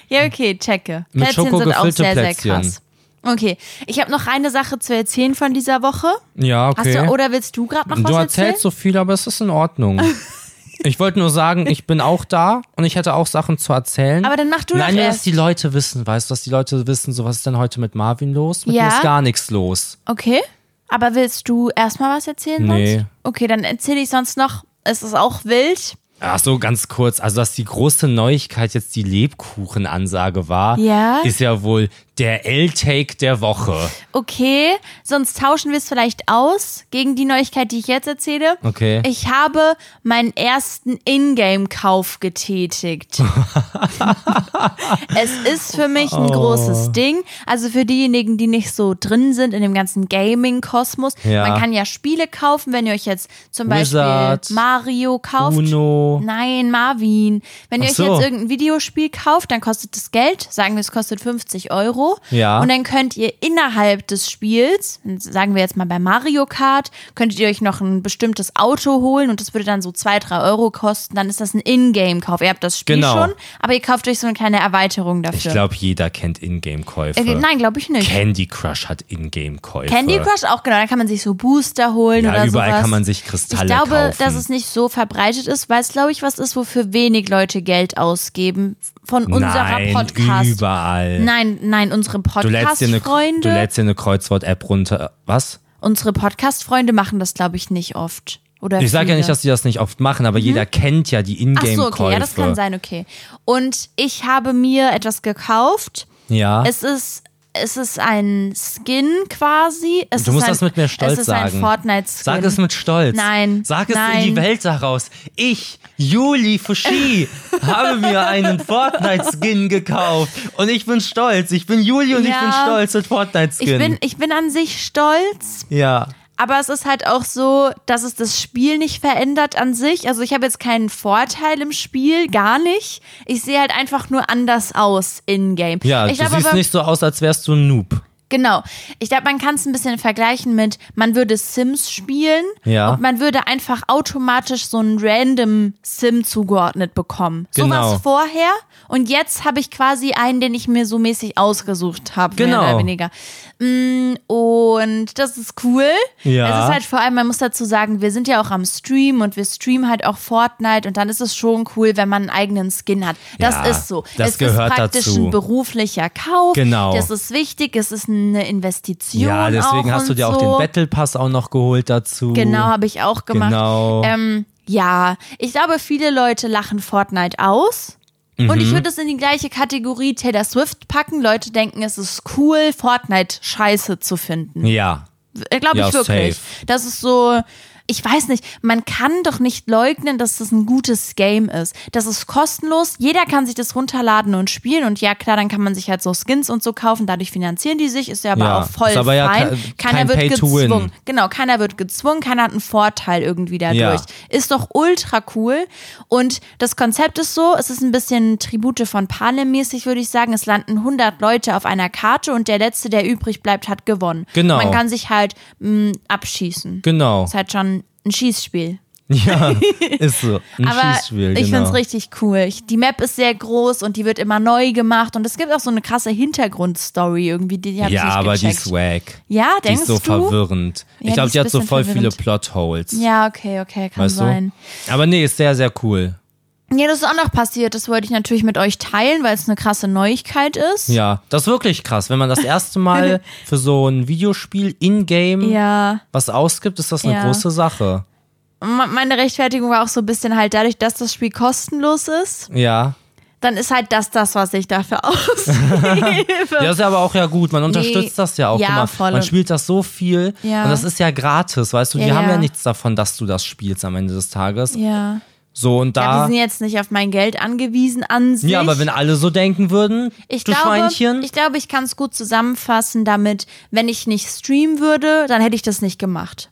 B: Ja, okay, checke.
A: Mit
B: Plätzchen
A: Schoko
B: sind auch
A: gefüllte
B: sehr,
A: Plätzchen.
B: sehr krass. Okay, ich habe noch eine Sache zu erzählen von dieser Woche.
A: Ja,
B: Hast
A: okay.
B: du, oder willst du gerade noch
A: du
B: was erzählen?
A: erzählst so viel, aber es ist in Ordnung. Ich wollte nur sagen, ich bin auch da und ich hätte auch Sachen zu erzählen.
B: Aber dann mach du
A: Nein,
B: doch
A: nur, dass
B: erst.
A: die Leute wissen, weißt du, dass die Leute wissen, so was ist denn heute mit Marvin los? Mit
B: Ja.
A: mir ist gar nichts los.
B: Okay, aber willst du erstmal was erzählen?
A: Nee.
B: Sonst? Okay, dann erzähle ich sonst noch. Es ist auch wild.
A: Ach so, ganz kurz. Also, dass die große Neuigkeit jetzt die Lebkuchenansage war,
B: Ja.
A: ist ja wohl der L-Take der Woche.
B: Okay, sonst tauschen wir es vielleicht aus gegen die Neuigkeit, die ich jetzt erzähle.
A: Okay.
B: Ich habe meinen ersten Ingame-Kauf getätigt. es ist für mich ein
A: Oh.
B: großes Ding. Also für diejenigen, die nicht so drin sind in dem ganzen Gaming-Kosmos.
A: Ja.
B: Man kann ja Spiele kaufen, wenn ihr euch jetzt zum
A: Wizard.
B: Beispiel Mario kauft.
A: Uno.
B: Nein, Marvin. Wenn ihr
A: Ach
B: euch
A: so.
B: jetzt irgendein Videospiel kauft, dann kostet das Geld. Sagen wir, es kostet 50 Euro. Euro.
A: Ja.
B: Und dann könnt ihr innerhalb des Spiels, sagen wir jetzt mal bei Mario Kart, könntet ihr euch noch ein bestimmtes Auto holen und das würde dann so zwei, drei Euro kosten. Dann ist das ein Ingame-Kauf. Ihr habt das Spiel
A: Genau.
B: schon, aber ihr kauft euch so eine kleine Erweiterung dafür.
A: Ich glaube, jeder kennt Ingame-Käufe.
B: Äh, nein, glaube ich nicht.
A: Candy Crush hat Ingame-Käufe.
B: Candy Crush auch, genau. Da kann man sich so Booster holen
A: Ja,
B: oder
A: überall
B: sowas.
A: kann man sich Kristalle
B: Ich glaube,
A: kaufen.
B: dass es nicht so verbreitet ist, weil es, glaube ich, was ist, wofür wenig Leute Geld ausgeben von unserer
A: nein,
B: Podcast.
A: überall.
B: Nein, nein, unsere
A: du lädst dir eine, du
B: Podcast-Freunde.
A: lädst dir eine Kreuzwort-App runter. Was?
B: Unsere Podcast-Freunde machen das, glaube ich, nicht oft. Oder
A: Ich sage ja
B: viele. Mhm.
A: nicht, dass die das nicht oft machen, aber jeder kennt ja die
B: Ach so,
A: Ingame-Käufe.
B: okay, ja, das kann sein, okay. Und ich habe mir etwas gekauft.
A: Ja.
B: Es ist, es ist ein Skin quasi. Es
A: Du
B: ist
A: musst
B: ein,
A: das mit mir stolz
B: Es ist
A: sagen.
B: ein Fortnite-Skin.
A: Sag es mit Stolz.
B: Nein,
A: Sag es in die
B: nein.
A: Welt daraus. Ich, Juli Fushi, habe mir einen Fortnite-Skin gekauft. Und ich bin stolz. Ich bin Juli und ich
B: Ja.
A: bin stolz mit Fortnite-Skin.
B: Ich bin, ich bin an sich stolz,
A: ja.
B: aber es ist halt auch so, dass es das Spiel nicht verändert an sich. Also ich habe jetzt keinen Vorteil im Spiel, gar nicht. Ich sehe halt einfach nur anders aus in-game.
A: Ja,
B: ich
A: du
B: glaube
A: siehst
B: aber,
A: nicht so aus, als wärst du ein Noob.
B: Genau. Ich glaube, man kann es ein bisschen vergleichen mit, man würde Sims spielen
A: Ja.
B: und man würde einfach automatisch so einen random Sim zugeordnet bekommen. So
A: Genau.
B: was vorher und jetzt habe ich quasi einen, den ich mir so mäßig ausgesucht habe,
A: Genau.
B: mehr oder weniger. Mm, Und das ist cool.
A: Ja.
B: Es ist halt vor allem, man muss dazu sagen, wir sind ja auch am Stream und wir streamen halt auch Fortnite und dann ist es schon cool, wenn man einen eigenen Skin hat. Das
A: Ja,
B: ist so.
A: das
B: es
A: gehört
B: ist praktisch
A: dazu.
B: ein beruflicher Kauf.
A: Genau.
B: Das ist wichtig, es ist eine Investition.
A: Ja, deswegen
B: auch
A: hast du
B: und
A: dir auch
B: so.
A: den Battle Pass auch noch geholt dazu.
B: Genau, habe ich auch gemacht.
A: Genau.
B: Ähm, ja, ich glaube, viele Leute lachen Fortnite aus. Und
A: Mhm.
B: ich würde es in die gleiche Kategorie Taylor Swift packen. Leute denken, es ist cool, Fortnite scheiße zu finden.
A: Ja.
B: Glaube
A: Ja,
B: Äh, ich wirklich. Das ist so. Ich weiß nicht, man kann doch nicht leugnen, dass das ein gutes Game ist. Das ist kostenlos, jeder kann sich das runterladen und spielen und ja klar, dann kann man sich halt so Skins und so kaufen, dadurch finanzieren die sich, ist ja aber
A: Ja,
B: auch voll
A: ist aber ja
B: fein.
A: ke-
B: keiner
A: kein
B: wird
A: Pay to win.
B: gezwungen. Genau, keiner wird gezwungen, keiner hat einen Vorteil irgendwie dadurch.
A: Ja.
B: Ist doch ultra cool. Und das Konzept ist so, es ist ein bisschen Tribute von Panem mäßig, würde ich sagen. Es landen 100 Leute auf einer Karte und der Letzte, der übrig bleibt, hat gewonnen.
A: Genau.
B: Man kann sich halt mh, abschießen.
A: Genau.
B: Ist halt schon ein Schießspiel.
A: Ja, ist so. Ein
B: Aber
A: Schießspiel,
B: ich
A: genau.
B: find's richtig cool. Ich, die Map ist sehr groß und die wird immer neu gemacht und es gibt auch so eine krasse Hintergrundstory irgendwie, die, die hab
A: ja,
B: ich nicht
A: aber die
B: gecheckt.
A: ist wack.
B: ja,
A: Die
B: denkst
A: ist so
B: du?
A: verwirrend. ich
B: die
A: glaube,
B: ist
A: die hat so
B: bisschen
A: voll
B: verwirrend.
A: viele Plotholes.
B: Ja, okay, okay, kann
A: weißt
B: sein.
A: du? Aber nee, ist sehr, sehr cool.
B: Ja, das ist auch noch passiert. Das wollte ich natürlich mit euch teilen, weil es eine krasse Neuigkeit ist.
A: Ja, das ist wirklich krass. Wenn man das erste Mal für so ein Videospiel in-game
B: Ja.
A: was ausgibt, ist das eine
B: Ja.
A: große Sache.
B: Me- Meine Rechtfertigung war auch so ein bisschen halt dadurch, dass das Spiel kostenlos ist,
A: Ja.
B: dann ist halt das das, was ich dafür ausgebe.
A: Ja, ist ja aber auch ja gut. Man unterstützt das ja auch
B: Ja,
A: immer.
B: voll.
A: Man spielt das so viel
B: Ja.
A: und das ist ja gratis, weißt du? Die
B: Ja,
A: haben ja
B: ja.
A: nichts davon, dass du das spielst am Ende des Tages.
B: Ja.
A: So und
B: Ja, wir
A: da.
B: sind jetzt nicht auf mein Geld angewiesen an sich.
A: Ja, aber wenn alle so denken würden,
B: ich
A: du
B: glaube,
A: Schweinchen.
B: Ich glaube, ich kann es gut zusammenfassen damit, wenn ich nicht streamen würde, dann hätte ich das nicht gemacht.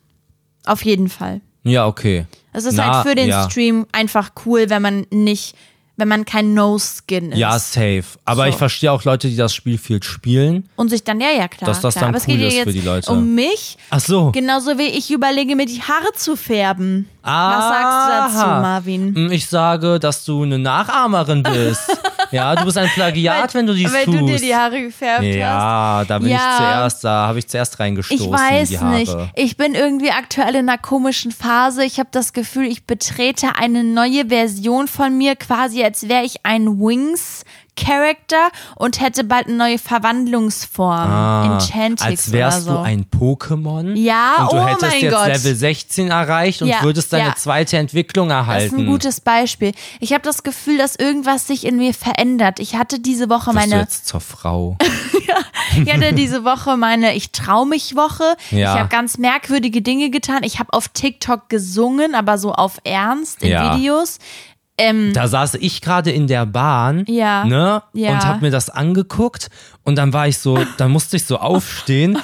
B: Auf jeden Fall.
A: ja, okay.
B: Es ist
A: Na,
B: halt für den
A: ja.
B: Stream einfach cool, wenn man nicht, wenn man kein No-Skin ist.
A: Ja, safe. Aber
B: So.
A: ich verstehe auch Leute, die das Spiel viel spielen.
B: Und sich dann, ja, ja, klar.
A: Dass das
B: klar.
A: dann
B: Aber es
A: cool
B: geht ja
A: ist für
B: jetzt
A: die Leute.
B: um mich,
A: Ach so.
B: genauso wie ich überlege, mir die Haare zu färben. Was sagst du dazu,
A: Aha.
B: Marvin?
A: Mm, Ich sage, dass du eine Nachahmerin bist. ja, du bist ein Plagiat, wenn du dies
B: Weil
A: tust.
B: du dir die Haare gefärbt hast.
A: ja, da bin
B: Ja.
A: ich zuerst, da habe ich zuerst reingestoßen
B: Ich weiß
A: in die Haare.
B: nicht. Ich bin irgendwie aktuell in einer komischen Phase. Ich habe das Gefühl, ich betrete eine neue Version von mir, quasi als wäre ich ein Wings-Charakter und hätte bald eine neue Verwandlungsform.
A: Ah,
B: Enchantix
A: als wärst
B: oder
A: du
B: so.
A: ein Pokémon
B: Ja,
A: und du
B: oh
A: hättest
B: mein
A: jetzt
B: Gott.
A: Level 16 erreicht und
B: Ja,
A: würdest deine
B: ja.
A: zweite Entwicklung
B: Das ist
A: erhalten.
B: ein gutes Beispiel. Ich habe das Gefühl, dass irgendwas sich in mir verändert. Ich hatte diese Woche
A: Wirst du
B: meine,
A: jetzt zur Frau.
B: ich hatte diese Woche meine Ich trau mich Woche.
A: Ja.
B: Ich habe ganz merkwürdige Dinge getan. Ich habe auf TikTok gesungen, aber so auf Ernst in
A: Ja.
B: Videos.
A: Da saß ich gerade in der Bahn,
B: Mhm. Ja.
A: ne,
B: Ja.
A: und hab mir das angeguckt und dann war ich so, dann musste ich so aufstehen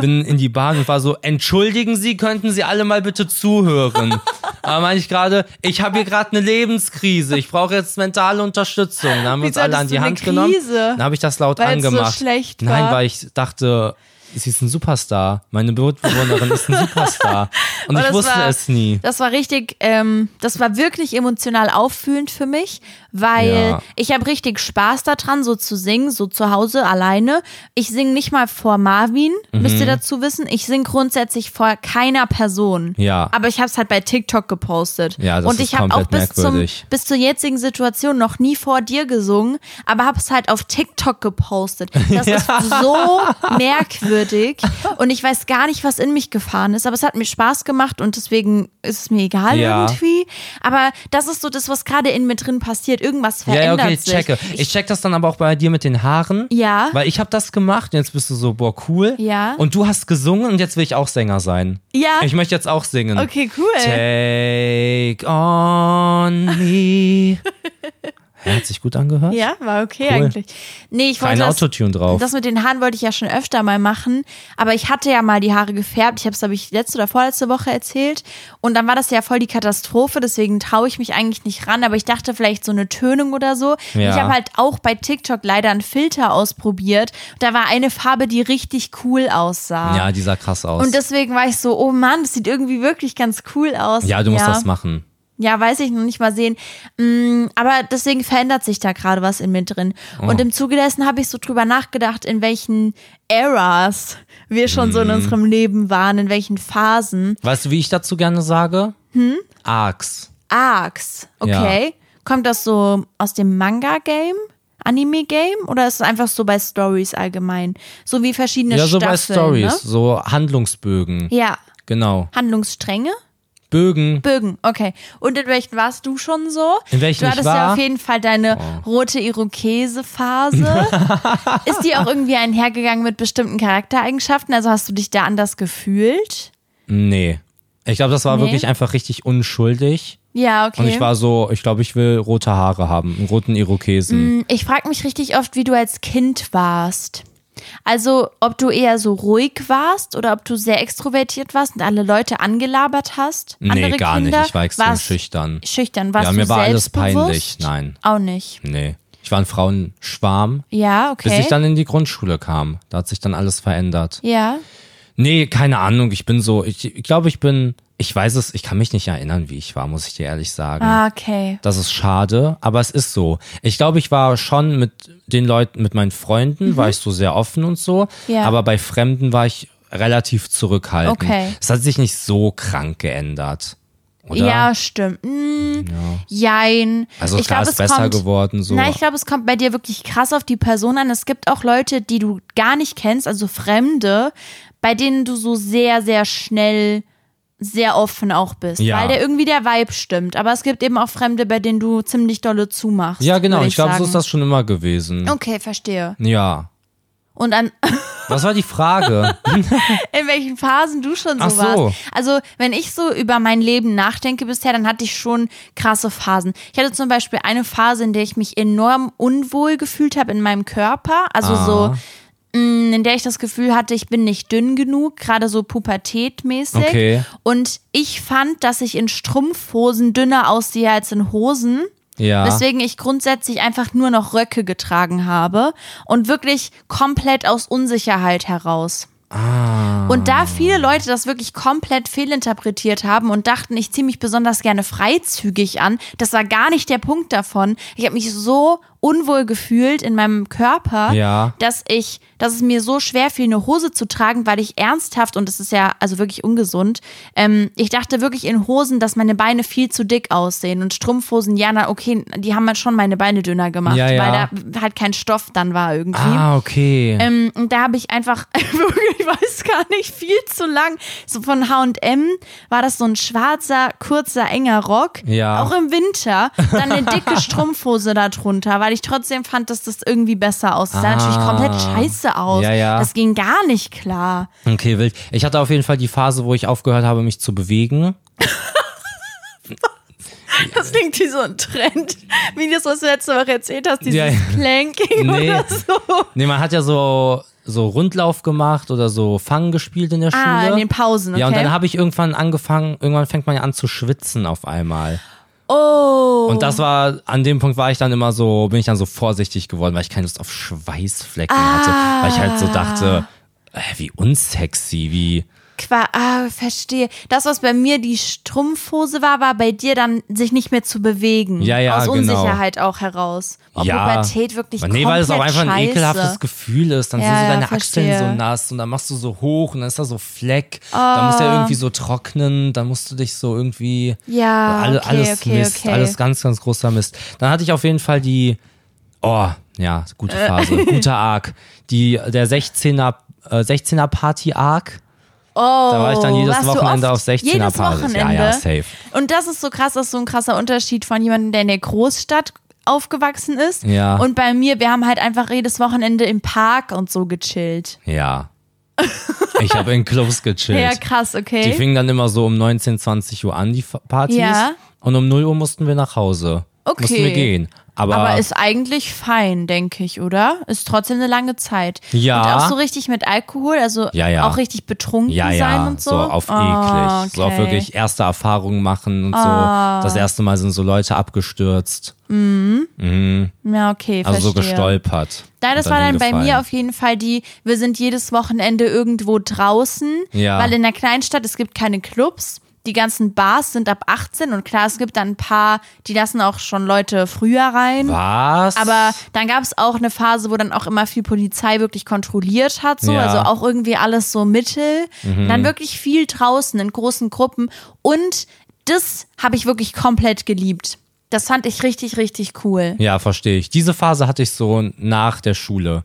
A: bin in die Bahn und war so, entschuldigen Sie, könnten Sie alle mal bitte zuhören. Aber meine ich gerade, ich habe hier gerade eine Lebenskrise, ich brauche jetzt mentale Unterstützung. Dann haben wir
B: Wie
A: uns alle
B: hattest
A: an
B: du
A: die
B: eine
A: Hand genommen.
B: Krise?
A: Dann habe ich das laut
B: Weil's so
A: angemacht.
B: schlecht
A: Nein,
B: war?
A: weil ich dachte, sie ist ein Superstar. Meine Mitbewohnerin ist ein Superstar. Und ich
B: das
A: wusste
B: war-
A: es nie.
B: Das war richtig, ähm, das war wirklich emotional auffühlend für mich, weil
A: Ja.
B: ich habe richtig Spaß daran, so zu singen, so zu Hause alleine. Ich singe nicht mal vor Marvin,
A: Mhm.
B: müsst ihr dazu wissen. Ich singe grundsätzlich vor keiner Person.
A: Ja.
B: Aber ich habe es halt bei TikTok gepostet.
A: Ja, das
B: Und
A: ist
B: ich habe auch
A: komplett
B: bis, zum,
A: merkwürdig.
B: bis zur jetzigen Situation noch nie vor dir gesungen, aber habe es halt auf TikTok gepostet. Das ist so merkwürdig und ich weiß gar nicht, was in mich gefahren ist, aber es hat mir Spaß gemacht und deswegen ist es mir egal
A: Ja.
B: irgendwie. Aber das ist so das, was gerade in mir drin passiert. Irgendwas
A: Ja, ja,
B: verändert
A: okay, ich checke.
B: sich.
A: Ich, check das dann aber auch bei dir mit den Haaren.
B: Ja.
A: Weil ich habe das gemacht und jetzt bist du so, boah, cool.
B: Ja.
A: Und du hast gesungen und jetzt will ich auch Sänger sein.
B: Ja.
A: Ich möchte jetzt auch singen.
B: okay, cool.
A: Take on me. Hä, Hat sich gut angehört?
B: Ja, war okay
A: Cool.
B: eigentlich. Nee, ich
A: Kein
B: wollte das,
A: Autotune drauf.
B: Das mit den Haaren wollte ich ja schon öfter mal machen, aber ich hatte ja mal die Haare gefärbt. Ich habe es, glaube ich, letzte oder vorletzte Woche erzählt. Und dann war das ja voll die Katastrophe, deswegen traue ich mich eigentlich nicht ran. Aber ich dachte vielleicht so eine Tönung oder so. Und
A: Ja.
B: Ich habe halt auch bei TikTok leider einen Filter ausprobiert. Da war eine Farbe, die richtig cool aussah.
A: ja, die sah krass aus.
B: Und deswegen war ich so, oh Mann, das sieht irgendwie wirklich ganz cool aus.
A: ja, du musst das machen.
B: Ja, weiß ich noch nicht mal sehen. Mm, Aber deswegen verändert sich da gerade was in mir drin.
A: Oh.
B: Und im Zuge dessen habe ich so drüber nachgedacht, in welchen Eras wir schon so in
A: Mhm.
B: unserem Leben waren, in welchen Phasen.
A: Weißt du, wie ich dazu gerne sage? Hm? Arcs.
B: Arcs, okay. Kommt das so aus dem Manga-Game? Anime-Game oder ist es einfach so bei Stories allgemein? So wie verschiedene
A: Ja, so
B: Staffeln,
A: bei Stories,
B: Ne?
A: so Handlungsbögen.
B: Ja,
A: Genau.
B: Handlungsstränge?
A: Bögen.
B: Bögen, okay. Und in welchen warst du schon so?
A: In welchen
B: du
A: ich
B: hattest
A: war?
B: ja auf jeden Fall deine
A: Oh.
B: rote Irokese-Phase. Ist die auch irgendwie einhergegangen mit bestimmten Charaktereigenschaften? Also hast du dich da anders gefühlt?
A: Nee. Ich glaube, das war
B: Nee.
A: wirklich einfach richtig unschuldig.
B: Ja, okay.
A: Und ich war so, ich glaube, ich will rote Haare haben, einen roten Irokesen.
B: Ich frage mich richtig oft, wie du als Kind warst. Also, ob du eher so ruhig warst oder ob du sehr extrovertiert warst und alle Leute angelabert hast?
A: nee,
B: andere
A: gar
B: Kinder?
A: nicht. Ich war extrem
B: Warst-
A: schüchtern.
B: Schüchtern, warst
A: Ja,
B: du
A: mir war alles
B: selbstbewusst?
A: peinlich. Nein.
B: Auch nicht.
A: Nee. Ich war ein Frauenschwarm,
B: Ja, okay.
A: bis ich dann in die Grundschule kam. Da hat sich dann alles verändert.
B: ja.
A: Nee, keine Ahnung. Ich bin so, ich, ich glaube, ich bin, ich weiß es, ich kann mich nicht erinnern, wie ich war, muss ich dir ehrlich sagen.
B: Ah, okay.
A: Das ist schade, aber es ist so. Ich glaube, ich war schon mit den Leuten, mit meinen Freunden, war ich so sehr offen und so.
B: Mhm. Ja.
A: Aber bei Fremden war ich relativ zurückhaltend.
B: Okay.
A: Es hat sich nicht so krank geändert. Oder?
B: Ja, stimmt. Hm, Jein.
A: Also
B: ich
A: klar
B: glaube,
A: ist
B: es
A: besser
B: kommt,
A: geworden. So.
B: Nein, ich glaube, es kommt bei dir wirklich krass auf die Person an. Es gibt auch Leute, die du gar nicht kennst, also Fremde, bei denen du so sehr, sehr schnell sehr offen auch bist,
A: Ja.
B: weil der irgendwie der Vibe stimmt. Aber es gibt eben auch Fremde, bei denen du ziemlich dolle zumachst.
A: ja, genau.
B: würde
A: Ich glaube, so
B: sagen.
A: ist das schon immer gewesen.
B: Okay, verstehe.
A: Ja.
B: Und an,
A: Was war die Frage?
B: in welchen Phasen du schon so,
A: Ach so.
B: warst. Also, wenn ich so über mein Leben nachdenke bisher, dann hatte ich schon krasse Phasen. Ich hatte zum Beispiel eine Phase, in der ich mich enorm unwohl gefühlt habe in meinem Körper. Also
A: Ah.
B: so, mh, in der ich das Gefühl hatte, ich bin nicht dünn genug, gerade so pubertätmäßig.
A: Okay.
B: Und ich fand, dass ich in Strumpfhosen dünner aussehe als in Hosen.
A: ja.
B: Weswegen ich grundsätzlich einfach nur noch Röcke getragen habe und wirklich komplett aus Unsicherheit heraus. Und da viele Leute das wirklich komplett fehlinterpretiert haben und dachten, ich ziehe mich besonders gerne freizügig an, das war gar nicht der Punkt davon. Ich habe mich so unwohl gefühlt in meinem Körper,
A: Ja.
B: dass ich, dass es mir so schwer fiel, eine Hose zu tragen, weil ich ernsthaft, und es ist ja also wirklich ungesund, ähm, ich dachte wirklich in Hosen, dass meine Beine viel zu dick aussehen. Und Strumpfhosen, ja, na okay, die haben halt schon meine Beine dünner gemacht,
A: Ja, ja.
B: weil da halt kein Stoff dann war irgendwie.
A: ah, okay.
B: Ähm, und da habe ich einfach, wirklich, ich weiß gar nicht, viel zu lang. So von HM war das so ein schwarzer, kurzer, enger Rock.
A: Ja.
B: Auch im Winter. Dann eine dicke Strumpfhose darunter, weil ich trotzdem fand, dass das irgendwie besser aussieht. Sah natürlich
A: Ah.
B: komplett scheiße aus.
A: Ja, ja.
B: Das ging gar nicht klar.
A: okay, wild. Ich hatte auf jeden Fall die Phase, wo ich aufgehört habe, mich zu bewegen.
B: Das klingt wie so ein Trend. Wie das, was du letzte Woche erzählt hast, dieses
A: Ja, ja.
B: Planking
A: Nee.
B: oder so.
A: Nee, man hat ja so so Rundlauf gemacht oder so Fangen gespielt in der Schule.
B: Ah, in den Pausen, okay.
A: Ja, und dann habe ich irgendwann angefangen, irgendwann fängt man ja an zu schwitzen auf einmal.
B: oh.
A: Und das war, an dem Punkt war ich dann immer so, bin ich dann so vorsichtig geworden, weil ich keine Lust auf Schweißflecken hatte. Weil ich halt so dachte,
B: Ah.
A: äh, wie unsexy, wie.
B: Qua ah, verstehe. Das, was bei mir die Strumpfhose war, war bei dir dann, sich nicht mehr zu bewegen.
A: Ja, ja,
B: Aus
A: genau.
B: Unsicherheit auch heraus. Ob Pubertät wirklich
A: Nee, weil es auch
B: komplett
A: einfach ein
B: scheiße.
A: ekelhaftes Gefühl ist. Dann
B: Ja,
A: sind so
B: ja,
A: deine
B: verstehe.
A: Achseln so nass und dann machst du so hoch und dann ist da so Fleck. Dann musst du
B: Oh.
A: ja irgendwie so trocknen, dann musst du dich so irgendwie.
B: Ja,
A: alle,
B: Ah, okay,
A: alles
B: okay,
A: Mist,
B: okay.
A: alles ganz, ganz großer Mist. Dann hatte ich auf jeden Fall die. Oh, ja, gute
B: Äh.
A: Phase, guter Arc. Die, der 16er, äh, 16er Party Arc.
B: Oh,
A: Da war ich dann jedes
B: warst du
A: Wochenende
B: oft-
A: auf 16er
B: jedes
A: Partys.
B: Wochenende.
A: Ja, ja, safe.
B: Und das ist so krass, das ist so ein krasser Unterschied von jemandem, der in der Großstadt aufgewachsen ist.
A: Ja.
B: Und bei mir, wir haben halt einfach jedes Wochenende im Park und so gechillt.
A: Ja. Ich habe in Clubs gechillt.
B: Ja, krass, okay.
A: Die fingen dann immer so um 19, 20 Uhr an, die F- Partys.
B: Ja.
A: Und um 0 Uhr mussten wir nach Hause.
B: Okay.
A: Mussten wir gehen. Aber,
B: Aber ist eigentlich fein, denke ich, oder? Ist trotzdem eine lange Zeit.
A: Ja.
B: Und auch so richtig mit Alkohol, also
A: Ja, ja.
B: auch richtig betrunken
A: ja, ja,
B: sein und so.
A: auf
B: Oh,
A: eklig. So auf
B: okay. Ah.
A: wirklich erste Erfahrungen machen und so. Das erste Mal sind so Leute abgestürzt.
B: Oh, Ja, okay,
A: Also
B: verstehe.
A: so gestolpert.
B: Nein,
A: und
B: das war dann bei
A: hingefallen.
B: mir auf jeden Fall die, wir sind jedes Wochenende irgendwo draußen,
A: Ja.
B: weil in der Kleinstadt es gibt keine Clubs. Die ganzen Bars sind ab 18 und klar, es gibt dann ein paar, die lassen auch schon Leute früher rein.
A: Was?
B: Aber dann gab es auch eine Phase, wo dann auch immer viel Polizei wirklich kontrolliert hat, so.
A: Ja. Mhm.
B: Also auch irgendwie alles so Mittel. Dann wirklich viel draußen in großen Gruppen. Und das habe ich wirklich komplett geliebt. Das fand ich richtig, richtig cool.
A: Ja, verstehe ich. Diese Phase hatte ich so nach der Schule.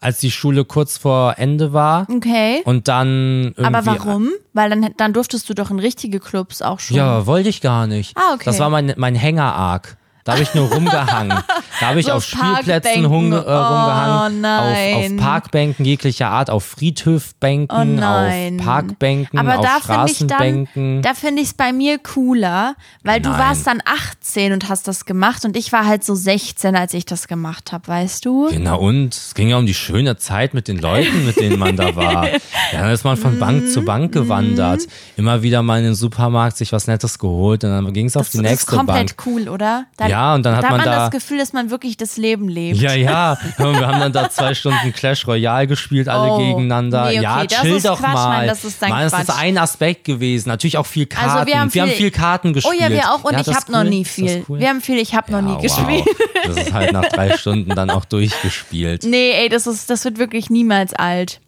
A: Als die Schule kurz vor Ende war.
B: Okay.
A: Und dann irgendwie
B: Aber warum? Weil dann, dann durftest du doch in richtige Clubs auch schon.
A: Ja, wollte ich gar nicht.
B: Ah, okay.
A: Das war mein, mein Hänger-Arc. Da habe ich nur rumgehangen. Da habe ich
B: So
A: auf Spielplätzen
B: Parkbänken.
A: hung, äh,
B: Oh,
A: rumgehangen. Auf, auf
B: nein.
A: Parkbänken jeglicher Art, auf Friedhöfbänken,
B: Oh, nein.
A: genau. auf Parkbänken,
B: aber
A: auf
B: da finde ich dann,
A: Straßenbänken.
B: da finde ich es bei mir cooler, weil du
A: Nein.
B: warst dann 18 und hast das gemacht und ich war halt so 16, als ich das gemacht habe, weißt du?
A: Na und? Es ging ja um die schöne Zeit mit den Leuten, mit denen man da war. Ja, dann ist man von Bank zu Bank
B: Mhm.
A: gewandert. Immer wieder mal in den Supermarkt sich was Nettes geholt und dann ging es auf die
B: das
A: nächste
B: ist
A: Bank.
B: komplett cool, oder? Dann-
A: Ja, und dann hat
B: da
A: man
B: hat man
A: da-
B: das Gefühl, dass man wirklich das Leben lebt.
A: Ja, ja. Und wir haben dann da zwei Stunden Clash Royale gespielt, alle
B: Oh,
A: gegeneinander.
B: nee, okay,
A: ja,
B: das
A: chill
B: ist
A: doch
B: Quatsch,
A: mal.
B: nein, das ist dann
A: Mann, das ist
B: Quatsch.
A: ein Aspekt gewesen. Natürlich auch viel Karten.
B: Also wir haben viel,
A: Karten gespielt.
B: Oh ja, wir auch und
A: Ja,
B: ich
A: das
B: habe
A: ist
B: noch
A: cool.
B: nie
A: Ist das
B: viel.
A: cool?
B: Wir haben viel, ich habe noch
A: ja,
B: nie gespielt.
A: Wow. Das ist halt nach drei Stunden dann auch durchgespielt.
B: Nee, ey, das ist, das wird wirklich niemals alt.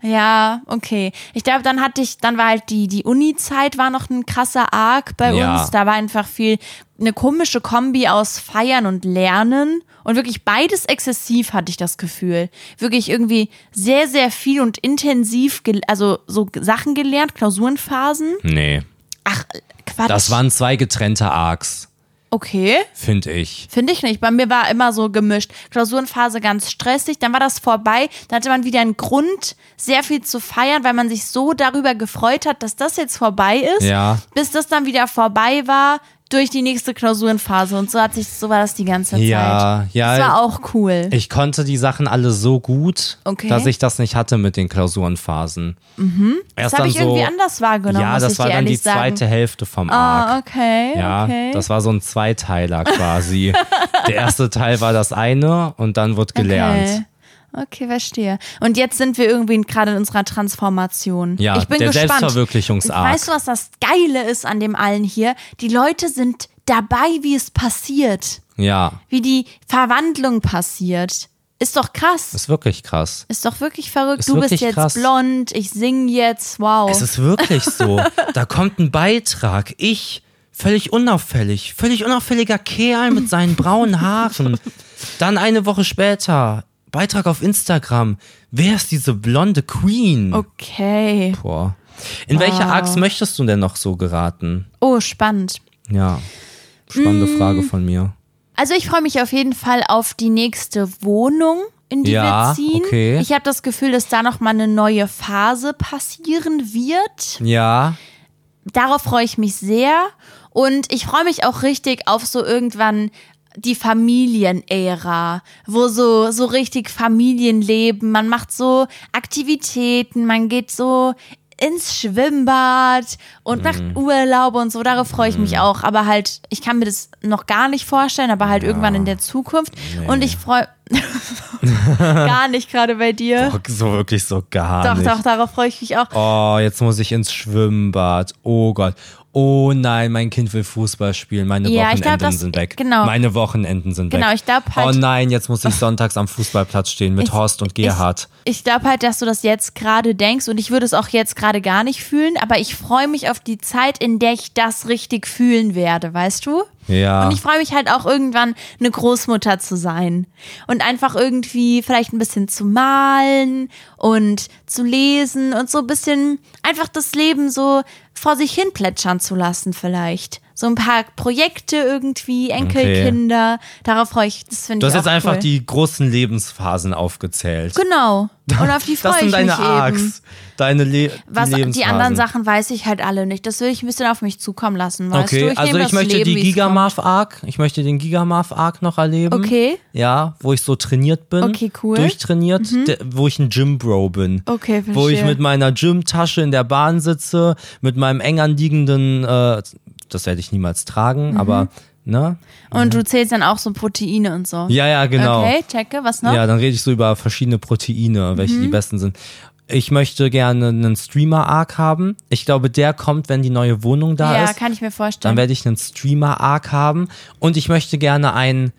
B: Ja, okay. Ich glaube, dann hatte ich, dann war halt die, die Uni-Zeit war noch ein krasser Arc bei
A: Ja.
B: uns. Da war einfach viel, eine komische Kombi aus Feiern und Lernen. Und wirklich beides exzessiv hatte ich das Gefühl. Wirklich irgendwie sehr, sehr viel und intensiv, gel- also so Sachen gelernt, Klausurenphasen.
A: Nee.
B: Ach, äh, Quatsch.
A: Das waren zwei getrennte Arcs,
B: Okay.
A: finde ich.
B: Finde ich nicht. Bei mir war immer so gemischt. Klausurenphase ganz stressig, dann war das vorbei. Dann hatte man wieder einen Grund, sehr viel zu feiern, weil man sich so darüber gefreut hat, dass das jetzt vorbei ist.
A: Ja.
B: Bis das dann wieder vorbei war durch die nächste Klausurenphase. Und so hat sich, so war das die ganze Zeit.
A: Ja,
B: Das
A: ja.
B: war auch cool.
A: Ich konnte die Sachen alle so gut,
B: Okay.
A: dass ich das nicht hatte mit den Klausurenphasen. Mhm. Erst
B: Das habe
A: dann
B: ich
A: so,
B: irgendwie anders wahrgenommen.
A: Ja,
B: muss ich
A: das war
B: dir
A: dann die
B: ehrlich sagen.
A: zweite Hälfte vom Arc.
B: Ah, okay.
A: Ja,
B: okay.
A: das war so ein Zweiteiler quasi. Der erste Teil war das eine und dann wird gelernt.
B: Okay. Okay, verstehe. Und jetzt sind wir irgendwie gerade in unserer Transformation.
A: Ja,
B: ich bin
A: der
B: gespannt.
A: Selbstverwirklichungsarc.
B: Weißt du, was das Geile ist an dem allen hier? Die Leute sind dabei, wie es passiert.
A: Ja,
B: Wie die Verwandlung passiert. Ist doch krass.
A: ist wirklich krass.
B: Ist doch wirklich verrückt.
A: Ist
B: du
A: wirklich
B: bist jetzt
A: krass.
B: blond, ich sing jetzt, wow.
A: Es ist wirklich so. Da kommt ein Beitrag. Ich, völlig unauffällig, völlig unauffälliger Kerl mit seinen braunen Haaren. Dann eine Woche später, Beitrag auf Instagram. Wer ist diese blonde Queen?
B: okay.
A: Boah. In welche Arcs möchtest du denn noch so geraten?
B: Oh, spannend.
A: Ja, spannende
B: Mm.
A: Frage von mir.
B: Also ich freue mich auf jeden Fall auf die nächste Wohnung, in die
A: Ja,
B: wir ziehen.
A: okay.
B: Ich habe das Gefühl, dass da nochmal eine neue Phase passieren wird.
A: Ja,
B: Darauf freue ich mich sehr. Und ich freue mich auch richtig auf so irgendwann die Familienära, wo so, so richtig Familienleben, man macht so Aktivitäten, man geht so ins Schwimmbad und macht
A: Mhm.
B: Urlaube und so, darauf freue ich mich auch. Aber halt, ich kann mir das noch gar nicht vorstellen, aber halt irgendwann in der Zukunft. Und ich freue gar nicht gerade bei dir.
A: Bock, so wirklich so gar
B: Doch,
A: nicht.
B: doch, darauf freue ich mich auch.
A: Oh, jetzt muss ich ins Schwimmbad. Oh Gott. Oh nein, mein Kind will Fußball spielen. Meine
B: Ja, ich
A: Wochenenden
B: glaub, das-
A: sind weg.
B: genau.
A: Meine Wochenenden sind
B: Genau,
A: weg.
B: ich glaub halt-
A: Oh nein, jetzt muss ich sonntags am Fußballplatz stehen mit Horst und Gerhard.
B: Ich glaube halt, dass du das jetzt gerade denkst und ich würde es auch jetzt gerade gar nicht fühlen, aber ich freue mich auf die Zeit, in der ich das richtig fühlen werde, weißt du?
A: ja.
B: Und ich freue mich halt auch irgendwann eine Großmutter zu sein und einfach irgendwie vielleicht ein bisschen zu malen und zu lesen und so ein bisschen einfach das Leben so vor sich hin plätschern zu lassen vielleicht. So ein paar Projekte irgendwie, Enkelkinder, darauf freue ich, das finde ich
A: du hast jetzt
B: auch
A: einfach
B: cool.
A: die großen Lebensphasen aufgezählt.
B: Genau. Und auf die freue
A: das sind
B: ich
A: deine
B: mich
A: Arcs.
B: eben.
A: Deine Le
B: Was
A: Lebensphasen.
B: die anderen Sachen weiß ich halt alle nicht. Das will ich ein bisschen auf mich zukommen lassen, weißt
A: okay,
B: du? Ich
A: also
B: nehme
A: ich
B: das
A: möchte
B: Leben,
A: die
B: wie es kommt.
A: Gigamarv-Arc, ich möchte den Gigamarv-Arc noch erleben.
B: Okay.
A: Ja, wo ich so trainiert bin.
B: Okay, cool.
A: Durchtrainiert, de- wo ich ein Gym-Bro bin.
B: Okay,
A: Wo ich
B: verstehe.
A: mit meiner Gym-Tasche in der Bahn sitze, mit meinem eng anliegenden, äh, das werde ich niemals
B: Mhm.
A: tragen, aber, ne?
B: Und du zählst dann auch so Proteine und so.
A: Ja, ja, genau.
B: Okay, checke, was noch? Mhm.
A: Ja, dann rede ich so über verschiedene Proteine, welche die besten sind. Ich möchte gerne einen Streamer-Arc haben. Ich glaube, der kommt, wenn die neue Wohnung da
B: Ja,
A: ist.
B: kann ich mir
A: Dann
B: vorstellen.
A: werde ich einen Streamer-Arc haben. Und ich möchte gerne einen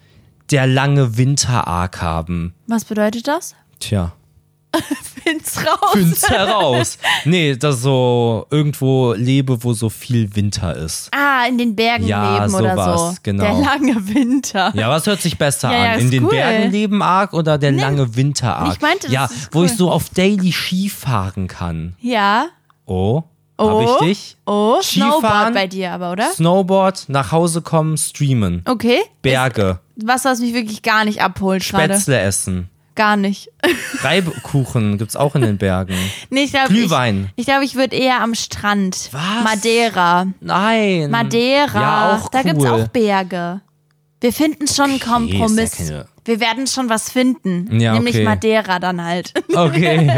A: der lange Winter-Arc haben.
B: Was bedeutet das?
A: Tja.
B: Find's raus.
A: Find's heraus. Nee, das ist so irgendwo lebe, wo so viel Winter ist.
B: Ah, in den Bergen
A: Ja,
B: leben oder
A: sowas,
B: so.
A: genau.
B: Der lange Winter.
A: Ja, was hört sich besser
B: Ja, ja,
A: an?
B: ist
A: In den
B: cool.
A: Bergen leben Arc oder der lange Winter Arc?
B: ich meinte, das
A: ja,
B: ist
A: wo ich
B: cool.
A: so auf Daily Ski fahren kann.
B: Ja.
A: Oh,
B: Oh.
A: hab ich dich?
B: Oh,
A: Skifahren.
B: Snowboard bei dir aber, oder?
A: Snowboard, nach Hause kommen, streamen.
B: Okay.
A: Berge,
B: Was, was mich wirklich gar nicht abholt gerade.
A: Spätzle essen.
B: Gar nicht.
A: Reibkuchen gibt's auch in den Bergen.
B: Nee, ich glaube, ich,
A: Glühwein.
B: ich, glaub, ich würde eher am Strand.
A: Was?
B: Madeira.
A: Nein.
B: Madeira.
A: Ja, auch cool.
B: Da gibt's auch Berge. Wir finden schon einen
A: Okay, ist ja
B: Kompromiss.
A: keine-
B: Wir werden schon was finden.
A: Ja,
B: Nämlich
A: okay.
B: Madeira dann halt.
A: Okay.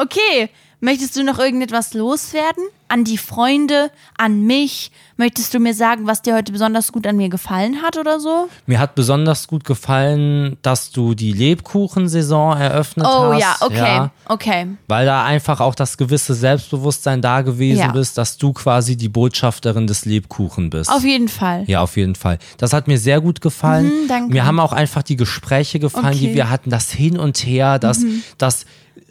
B: Okay, möchtest du noch irgendetwas loswerden? An die Freunde, an mich? Möchtest du mir sagen, was dir heute besonders gut an mir gefallen hat oder so?
A: Mir hat besonders gut gefallen, dass du die Lebkuchensaison eröffnet
B: Oh
A: hast.
B: ja, okay,
A: ja,
B: okay.
A: weil da einfach auch das gewisse Selbstbewusstsein da gewesen
B: Ja.
A: bist, dass du quasi die Botschafterin des Lebkuchen bist.
B: Auf jeden Fall.
A: ja, auf jeden Fall. Das hat mir sehr gut gefallen.
B: Mhm, danke.
A: Mir haben auch einfach die Gespräche gefallen,
B: Okay. Mhm.
A: die wir hatten, das Hin und Her, das, das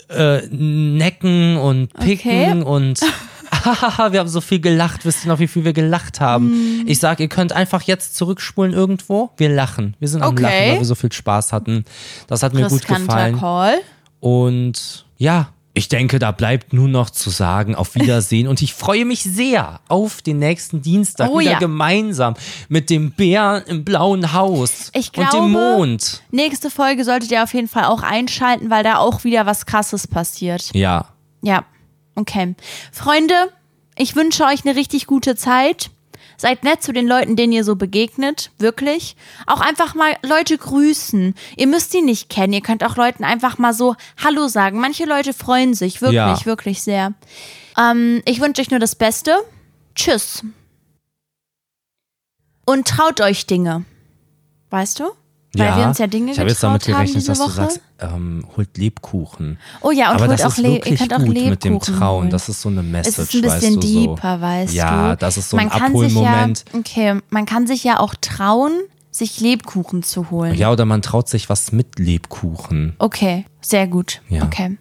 A: äh, Necken und Picken und wir haben so viel gelacht, wisst ihr noch, wie viel wir gelacht
B: Mhm.
A: haben. Ich sag, ihr könnt einfach jetzt zurückspulen irgendwo. Wir lachen. Wir sind am
B: Okay.
A: Lachen, weil wir so viel Spaß hatten. Das hat mir gut
B: Riskanter
A: gefallen.
B: Call.
A: Und ja, ich denke, da bleibt nur noch zu sagen, auf Wiedersehen. Und ich freue mich sehr auf den nächsten Dienstag
B: Oh
A: wieder
B: ja.
A: gemeinsam mit dem Bär im blauen Haus
B: Ich
A: und
B: glaube-
A: dem Mond.
B: Nächste Folge solltet ihr auf jeden Fall auch einschalten, weil da auch wieder was Krasses passiert.
A: Ja,
B: Ja, okay. Freunde, ich wünsche euch eine richtig gute Zeit. Seid nett zu den Leuten, denen ihr so begegnet, wirklich. Auch einfach mal Leute grüßen. Ihr müsst die nicht kennen. Ihr könnt auch Leuten einfach mal so Hallo sagen. Manche Leute freuen sich wirklich,
A: Ja.
B: wirklich sehr. Ähm, ich wünsche euch nur das Beste. Tschüss. Und traut euch Dinge. Weißt du? Weil
A: ja.
B: wir uns ja Dinge
A: ich habe jetzt damit
B: getraut haben diese
A: gerechnet, dass du
B: Woche.
A: sagst, ähm, holt Lebkuchen.
B: oh ja, und
A: Aber
B: holt
A: das
B: auch
A: ist
B: Le- ihr
A: wirklich
B: könnt auch
A: gut
B: Lebkuchen
A: mit dem Trauen.
B: holen.
A: Das ist so eine Message,
B: Es ist ein bisschen
A: weißt du so.
B: deeper, weißt du.
A: Ja, das ist so ein
B: man kann sich ja,
A: Abholmoment.
B: okay, man kann sich ja auch trauen, sich Lebkuchen zu holen.
A: Ja, oder man traut sich was mit Lebkuchen.
B: Okay, sehr gut.
A: Ja.
B: Okay.